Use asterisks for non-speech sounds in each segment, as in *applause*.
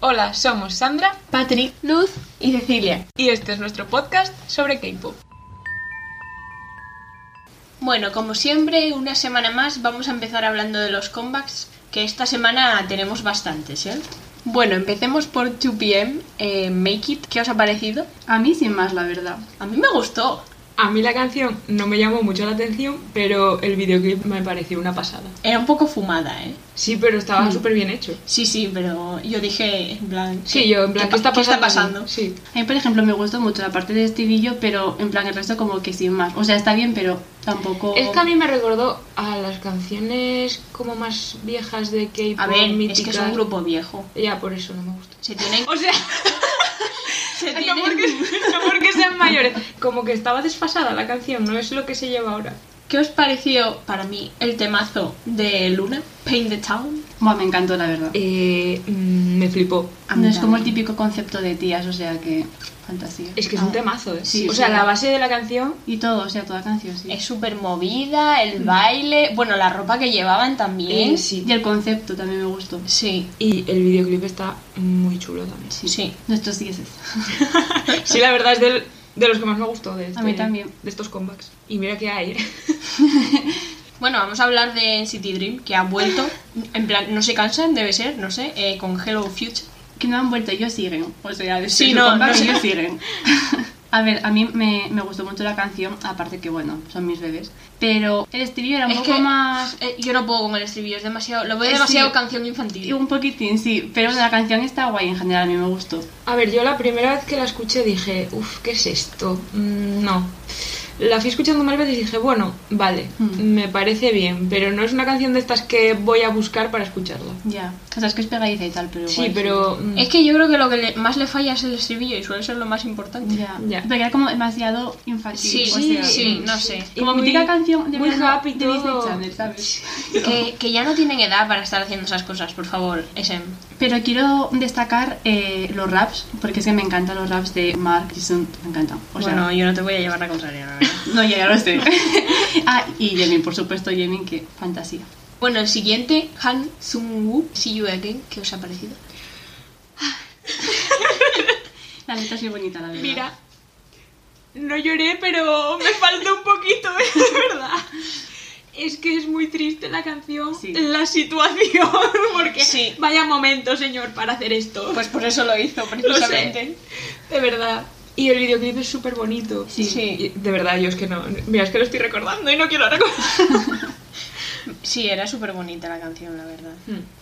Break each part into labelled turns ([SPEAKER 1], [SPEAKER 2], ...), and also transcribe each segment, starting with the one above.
[SPEAKER 1] Hola, somos Sandra,
[SPEAKER 2] Patrick, Luz y Cecilia.
[SPEAKER 1] y este es nuestro podcast sobre K-pop.
[SPEAKER 2] Bueno, como siempre, una semana más vamos a empezar hablando de los comebacks, que esta semana tenemos bastantes, ¿eh? Bueno, empecemos por 2PM, eh, Make It, ¿qué os ha parecido?
[SPEAKER 3] A mí sin más, la verdad.
[SPEAKER 2] A mí me gustó.
[SPEAKER 4] A mí la canción no me llamó mucho la atención, pero el videoclip me pareció una pasada.
[SPEAKER 2] Era un poco fumada, ¿eh?
[SPEAKER 4] Sí, pero estaba súper bien hecho.
[SPEAKER 2] Sí, sí, pero yo dije, en plan...
[SPEAKER 4] Sí,
[SPEAKER 2] ¿qué-
[SPEAKER 4] yo en plan, ¿qué, está
[SPEAKER 2] pa-
[SPEAKER 4] pasando?
[SPEAKER 2] pasando?
[SPEAKER 4] Sí.
[SPEAKER 3] A mí, por ejemplo, me gustó mucho la parte de estribillo, pero en plan el resto como que sin más. O sea, está bien, pero tampoco...
[SPEAKER 4] Es que a mí me recordó a las canciones como más viejas de K-pop.
[SPEAKER 2] A ver, es que
[SPEAKER 4] míticas.
[SPEAKER 2] es un grupo viejo.
[SPEAKER 4] Ya, por eso no me gusta.
[SPEAKER 2] Se tienen...
[SPEAKER 4] *laughs* O sea,
[SPEAKER 2] se
[SPEAKER 4] no
[SPEAKER 2] tienen-
[SPEAKER 4] porque, no porque sean mayores. Como que estaba desfasada la canción, no es lo que se lleva ahora.
[SPEAKER 2] ¿Qué os pareció, para mí, el temazo de Luna, Paint the Town?
[SPEAKER 3] Buah, me encantó, la verdad.
[SPEAKER 4] Eh, mm, me flipó.
[SPEAKER 2] A mí
[SPEAKER 3] No es como el
[SPEAKER 2] también.
[SPEAKER 3] típico concepto de tías, o sea que... Fantasía.
[SPEAKER 4] Es que es
[SPEAKER 2] Ah.
[SPEAKER 4] un temazo, ¿eh?
[SPEAKER 3] Sí,
[SPEAKER 4] o
[SPEAKER 3] sí.
[SPEAKER 4] sea, la base de la canción
[SPEAKER 3] Y todo, o sea, toda canción, sí.
[SPEAKER 2] Es súper movida, el baile, bueno, la ropa que llevaban también.
[SPEAKER 4] Eh, Mm. sí.
[SPEAKER 3] Y el concepto también me gustó.
[SPEAKER 2] Sí,
[SPEAKER 4] y el videoclip está muy chulo *laughs* también.
[SPEAKER 2] sí.
[SPEAKER 3] Nuestros dieces.
[SPEAKER 4] Sí, la verdad es del- de los que más me gustó de este-
[SPEAKER 3] mí también.
[SPEAKER 4] De estos comebacks. Y mira que hay. ¿eh?
[SPEAKER 2] Bueno, vamos a hablar de City Dream, que
[SPEAKER 4] *laughs*
[SPEAKER 2] ha vuelto. En plan, no se cansan, debe ser, no sé, eh, con Hello Future.
[SPEAKER 3] que no han vuelto, ellos siguen. O sea, después
[SPEAKER 2] Sí,
[SPEAKER 3] del
[SPEAKER 2] no,
[SPEAKER 3] comeback,
[SPEAKER 2] no sé.
[SPEAKER 3] ellos siguen. *laughs* a ver, a mí me, me gustó mucho la canción, aparte que, bueno, son mis bebés. Pero el estribillo era un
[SPEAKER 2] Es
[SPEAKER 3] poco
[SPEAKER 2] que-
[SPEAKER 3] más...
[SPEAKER 2] Eh, yo no puedo con el estribillo, es demasiado. Lo veo
[SPEAKER 3] Eh,
[SPEAKER 2] demasiado
[SPEAKER 3] sí.
[SPEAKER 2] canción infantil.
[SPEAKER 3] Un poquitín, sí. Pero bueno, la canción está guay en general, a mí me gustó.
[SPEAKER 4] A ver, yo la primera vez que la escuché dije, uff, ¿qué es esto? Mm, no. La fui escuchando más veces y dije, bueno, vale,
[SPEAKER 3] Hmm.
[SPEAKER 4] me parece bien, pero no es una canción de estas que voy a buscar para escucharla.
[SPEAKER 3] Ya. O sea, es que es pegadiza y tal, pero
[SPEAKER 4] Sí,
[SPEAKER 3] guay,
[SPEAKER 4] pero... mm,
[SPEAKER 2] Es que yo creo que lo que le- más le falla es el estribillo y suele ser lo más importante.
[SPEAKER 4] *laughs*
[SPEAKER 3] Ya.
[SPEAKER 4] Ya.
[SPEAKER 3] Pero era como demasiado infantil.
[SPEAKER 2] Sí,
[SPEAKER 3] o
[SPEAKER 2] sí,
[SPEAKER 3] sea,
[SPEAKER 2] sí, no sé.
[SPEAKER 4] Y
[SPEAKER 3] Como
[SPEAKER 4] muy-
[SPEAKER 3] mítica canción de
[SPEAKER 4] muy
[SPEAKER 3] verano
[SPEAKER 4] happy
[SPEAKER 3] de Disney
[SPEAKER 4] todo.
[SPEAKER 3] Channel, ¿sabes?
[SPEAKER 2] Que, que ya no tienen edad para estar haciendo esas cosas, por favor, SM.
[SPEAKER 3] Pero quiero destacar eh, los raps, porque es que me encantan los raps de Mark Jason, me encantan. O sea,
[SPEAKER 2] bueno, yo no te voy a llevar la contraria, la verdad.
[SPEAKER 3] No, ya, ya lo sé. *laughs* ah, y Yemin, por supuesto, Yemin, que fantasía.
[SPEAKER 2] *laughs* Bueno, el siguiente, Han Sung-woo, See You Again, ¿qué os ha parecido?
[SPEAKER 3] La letra es muy bonita, la verdad.
[SPEAKER 4] Mira, no lloré, pero me faltó un poquito, *laughs* es verdad. Es que es muy triste la canción,
[SPEAKER 3] Sí.
[SPEAKER 4] la situación, *laughs* porque
[SPEAKER 2] Sí.
[SPEAKER 4] vaya momento, señor, para hacer esto.
[SPEAKER 2] Pues por eso *laughs* lo hizo, precisamente.
[SPEAKER 4] *laughs* De verdad. Y el videoclip es súper bonito.
[SPEAKER 3] Sí.
[SPEAKER 4] Y De verdad, yo es que no. Mira, es que lo estoy recordando y no quiero recordar.
[SPEAKER 2] Sí, era súper bonita la canción, la verdad.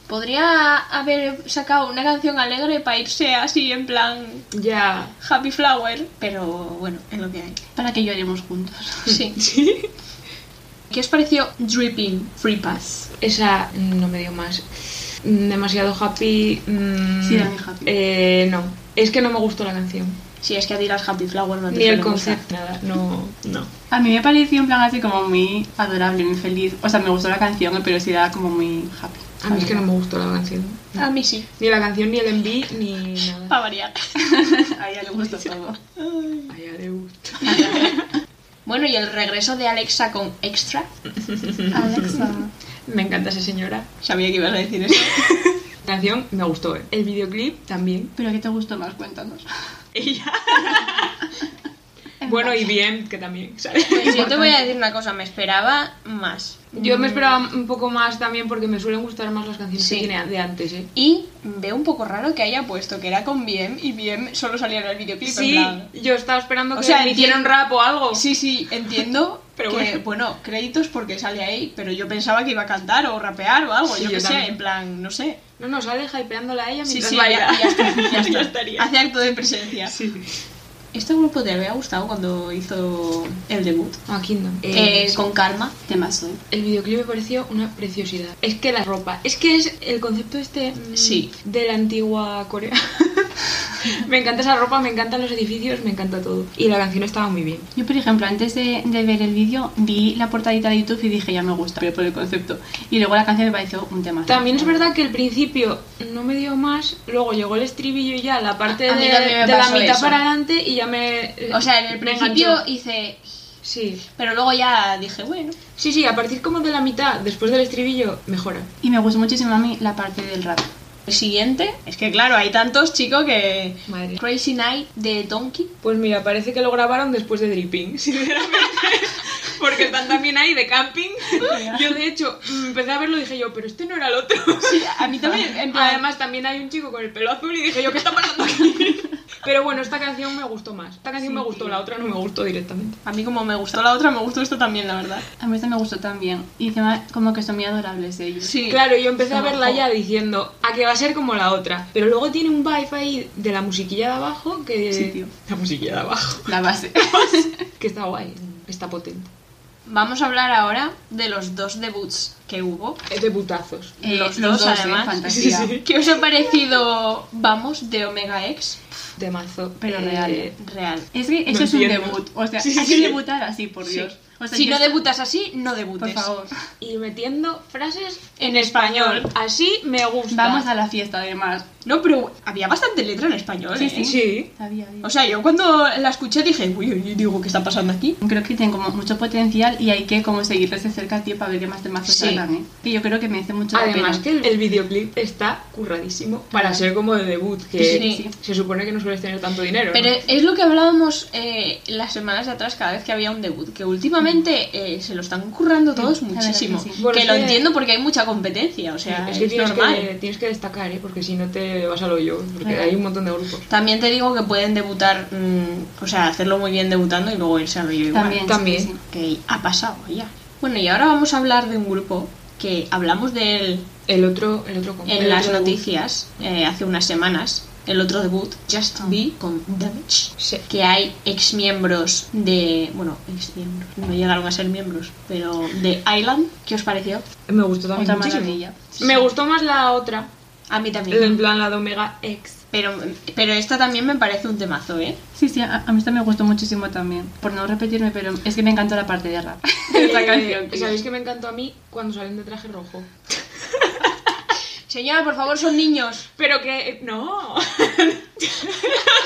[SPEAKER 2] Podría haber sacado una canción alegre para irse así en plan
[SPEAKER 4] *laughs* ya.
[SPEAKER 2] Happy Flower, pero bueno, es lo que hay.
[SPEAKER 3] Para que lloremos juntos.
[SPEAKER 2] *laughs* Sí.
[SPEAKER 4] Sí.
[SPEAKER 2] ¿Qué os pareció Dripping Free Pass?
[SPEAKER 4] Esa no me dio más. Mm, Demasiado happy. mm,
[SPEAKER 3] Sí, era muy happy.
[SPEAKER 4] eh, no. Es que no me gustó la canción.
[SPEAKER 2] Sí, es que a ti las Happy Flower no te
[SPEAKER 4] Ni el
[SPEAKER 2] suelen gustar.
[SPEAKER 4] concepto. Nada, no. No.
[SPEAKER 3] A mí me pareció un plan así como muy adorable, muy feliz. O sea, me gustó la canción, pero sí era como muy happy.
[SPEAKER 4] A mí es que no me gustó la canción.
[SPEAKER 2] A mí sí,
[SPEAKER 4] Ni la canción, ni el enví, ni nada.
[SPEAKER 2] para variar.
[SPEAKER 3] *laughs* A ella le gustó
[SPEAKER 4] *laughs*
[SPEAKER 3] todo.
[SPEAKER 4] Ay, adeu.
[SPEAKER 2] Bueno, y el regreso de Alexa con Extra.
[SPEAKER 3] Alexa.
[SPEAKER 4] *laughs* Me encanta esa señora.
[SPEAKER 2] Sabía que ibas a decir eso.
[SPEAKER 4] La canción me gustó, ¿eh? El videoclip también.
[SPEAKER 3] ¿Pero qué te gustó más? Cuéntanos.
[SPEAKER 4] Ella. bueno, y bien, que también, ¿sabes?
[SPEAKER 2] Pues yo te voy a decir una cosa, me esperaba más.
[SPEAKER 4] Yo me esperaba un poco más también porque me suelen gustar más las canciones
[SPEAKER 2] Sí.
[SPEAKER 4] que tiene de antes, ¿eh?
[SPEAKER 2] Y veo un poco raro que haya puesto que era con BM y BM solo salía en el videoclip. en
[SPEAKER 4] Sí,
[SPEAKER 2] plan.
[SPEAKER 4] yo estaba esperando
[SPEAKER 2] O
[SPEAKER 4] que
[SPEAKER 2] sea,
[SPEAKER 4] le
[SPEAKER 2] enti-
[SPEAKER 4] hicieran rap o algo.
[SPEAKER 2] Sí, sí, entiendo.
[SPEAKER 4] *laughs* Pero
[SPEAKER 2] que, bueno.
[SPEAKER 4] bueno.
[SPEAKER 2] créditos porque sale ahí, pero yo pensaba que iba a cantar o rapear o algo,
[SPEAKER 4] Sí,
[SPEAKER 2] yo
[SPEAKER 4] yo
[SPEAKER 2] qué sé,
[SPEAKER 4] también.
[SPEAKER 2] en plan, no sé.
[SPEAKER 4] No, no, sale hypeándola a ella
[SPEAKER 2] Sí,
[SPEAKER 4] mientras
[SPEAKER 2] sí, ya,
[SPEAKER 4] baila. *laughs*
[SPEAKER 2] ya está, ya está.
[SPEAKER 4] Ya estaría.
[SPEAKER 2] Hace acto de presencia.
[SPEAKER 4] Sí.
[SPEAKER 2] Este grupo te había gustado cuando hizo el debut.
[SPEAKER 4] A Ah, Kingdom.
[SPEAKER 2] Eh, con Karma.
[SPEAKER 3] Temazo, ¿eh?
[SPEAKER 4] El videoclip me pareció una preciosidad. Es que la ropa, es que es el concepto este mm,
[SPEAKER 2] Sí.
[SPEAKER 4] de la antigua Corea. *laughs* me encanta esa ropa, me encantan los edificios, me encanta todo. Y la canción estaba muy bien.
[SPEAKER 3] Yo, por ejemplo, antes de, de ver el vídeo, vi la portadita de YouTube y dije, ya me gusta, pero por el concepto. Y luego la canción me pareció un tema.
[SPEAKER 4] También es verdad que el principio no me dio más, luego llegó el estribillo y ya la parte
[SPEAKER 2] A- a mí
[SPEAKER 4] de,
[SPEAKER 2] también me
[SPEAKER 4] de la
[SPEAKER 2] pasó
[SPEAKER 4] mitad
[SPEAKER 2] eso.
[SPEAKER 4] para adelante y ya me...
[SPEAKER 2] O sea, en el
[SPEAKER 4] me
[SPEAKER 2] principio
[SPEAKER 4] enganchó.
[SPEAKER 2] hice...
[SPEAKER 4] Sí.
[SPEAKER 2] Pero luego ya dije, bueno.
[SPEAKER 4] Sí, sí, a partir como de la mitad, después del estribillo, mejora.
[SPEAKER 3] Y me gustó muchísimo a mí la parte del rap.
[SPEAKER 2] El siguiente, es que claro, hay tantos chicos que...
[SPEAKER 4] Madre.
[SPEAKER 2] Crazy Night de Donkey.
[SPEAKER 4] Pues mira, parece que lo grabaron después de Dripping, *laughs* sinceramente. Porque
[SPEAKER 2] *laughs*
[SPEAKER 4] están también ahí de camping. Yo, de hecho, mm, empecé a verlo y dije yo, pero este no era el otro.
[SPEAKER 3] A mí también,
[SPEAKER 2] Ah,
[SPEAKER 3] en plan,
[SPEAKER 4] Además, también hay un chico con el pelo azul y dije yo, ¿qué está pasando
[SPEAKER 2] *laughs*
[SPEAKER 4] aquí? Pero bueno, esta canción me gustó más. Esta canción me gustó, la otra no me gustó directamente.
[SPEAKER 2] A mí como me gustó la otra, me gustó esta también, la verdad.
[SPEAKER 3] *laughs* a mí esta me gustó también. Y encima, como que son muy adorables ellos.
[SPEAKER 2] Sí.
[SPEAKER 4] Claro, yo empecé a
[SPEAKER 3] Ojo.
[SPEAKER 4] verla ya diciendo, a que va a ser como la otra. Pero luego tiene un vibe ahí de la musiquilla de abajo que...
[SPEAKER 3] Sí, tío.
[SPEAKER 4] La musiquilla de abajo. *laughs*
[SPEAKER 3] La base.
[SPEAKER 4] Que está guay, está potente.
[SPEAKER 2] Vamos a hablar ahora de los dos debuts que hubo.
[SPEAKER 4] Es de putazos.
[SPEAKER 3] Eh,
[SPEAKER 2] los,
[SPEAKER 3] los
[SPEAKER 2] dos,
[SPEAKER 3] dos, eh,
[SPEAKER 2] además.
[SPEAKER 3] fantasía.
[SPEAKER 4] Sí, sí.
[SPEAKER 2] ¿Qué os ha parecido Vamos de Omega X?
[SPEAKER 4] De mazo.
[SPEAKER 3] Pero
[SPEAKER 4] Eh,
[SPEAKER 3] real.
[SPEAKER 2] Real.
[SPEAKER 3] Es que eso
[SPEAKER 4] No
[SPEAKER 3] es un
[SPEAKER 4] entiendo.
[SPEAKER 3] debut. O sea,
[SPEAKER 4] Sí, sí,
[SPEAKER 3] hay que
[SPEAKER 4] sí.
[SPEAKER 3] debutar así, por Dios. O sea,
[SPEAKER 2] si
[SPEAKER 3] Pues yo
[SPEAKER 2] no
[SPEAKER 3] estoy-
[SPEAKER 2] debutas así, no debutes.
[SPEAKER 3] Por favor.
[SPEAKER 4] Y metiendo frases
[SPEAKER 2] En español.
[SPEAKER 4] Así me gusta.
[SPEAKER 3] Vamos a la fiesta, además.
[SPEAKER 2] No, pero había bastante letra en español.
[SPEAKER 3] Sí,
[SPEAKER 2] ¿eh?
[SPEAKER 4] Sí.
[SPEAKER 3] Sabía, sabía.
[SPEAKER 2] O sea, yo cuando la escuché dije, uy, uy, uy, digo, ¿qué está pasando aquí?
[SPEAKER 3] Creo que tienen como mucho potencial y hay que como seguirles de cerca, tío, para ver qué más temazos
[SPEAKER 2] Sí.
[SPEAKER 3] sacan, ¿eh? Que yo creo que merece mucho
[SPEAKER 4] Además
[SPEAKER 3] la
[SPEAKER 4] que
[SPEAKER 3] pena.
[SPEAKER 4] el, el videoclip está curradísimo para ser como de debut, que
[SPEAKER 2] Sí,
[SPEAKER 3] sí.
[SPEAKER 4] se supone que no sueles tener tanto dinero. ¿no?
[SPEAKER 2] Pero es lo que hablábamos eh, las semanas atrás cada vez que había un debut, que últimamente eh, se lo están currando todos
[SPEAKER 3] la verdad
[SPEAKER 2] muchísimo.
[SPEAKER 3] que
[SPEAKER 2] Que,
[SPEAKER 3] sí.
[SPEAKER 4] Bueno, es
[SPEAKER 2] lo
[SPEAKER 4] que-
[SPEAKER 2] entiendo porque hay mucha competencia, o
[SPEAKER 4] Sí,
[SPEAKER 2] sea,
[SPEAKER 4] es
[SPEAKER 2] es,
[SPEAKER 4] que tienes,
[SPEAKER 2] normal.
[SPEAKER 4] que tienes que destacar, ¿eh? porque si no te vas a lo yo, porque
[SPEAKER 3] Claro.
[SPEAKER 4] hay un montón de grupos.
[SPEAKER 2] También te digo que pueden debutar, mm, o sea, hacerlo muy bien debutando y luego irse a lo yo igual.
[SPEAKER 3] También. sí,
[SPEAKER 4] También.
[SPEAKER 3] sí.
[SPEAKER 2] Que ha pasado ya. Bueno, y ahora vamos a hablar de un grupo que hablamos de él
[SPEAKER 4] El otro, el otro con-
[SPEAKER 2] en
[SPEAKER 4] el
[SPEAKER 2] las
[SPEAKER 4] otro debut.
[SPEAKER 2] noticias eh, hace unas semanas, el otro debut, Just
[SPEAKER 3] Ah.
[SPEAKER 2] Be con Damage.
[SPEAKER 4] Sí.
[SPEAKER 2] que hay ex miembros de. Bueno, ex miembros, no llegaron a ser miembros, pero de Island. ¿Qué os pareció?
[SPEAKER 4] Me gustó también
[SPEAKER 3] Otra
[SPEAKER 4] muchísimo.
[SPEAKER 3] maravilla.
[SPEAKER 4] Me gustó más la otra,
[SPEAKER 2] A mí también.
[SPEAKER 4] en plan la de Omega X.
[SPEAKER 2] Pero, pero esta también me parece un temazo, ¿eh?
[SPEAKER 3] Sí, sí, a, a mí esta me gustó muchísimo también. Por no repetirme, pero es que me encantó la parte de rap. *laughs* *laughs* Esta
[SPEAKER 4] Eh,
[SPEAKER 3] canción. tío.
[SPEAKER 4] ¿Sabéis que me encantó a mí cuando salen de traje rojo?
[SPEAKER 2] Señora, por favor, son niños.
[SPEAKER 4] Pero que. No. *laughs*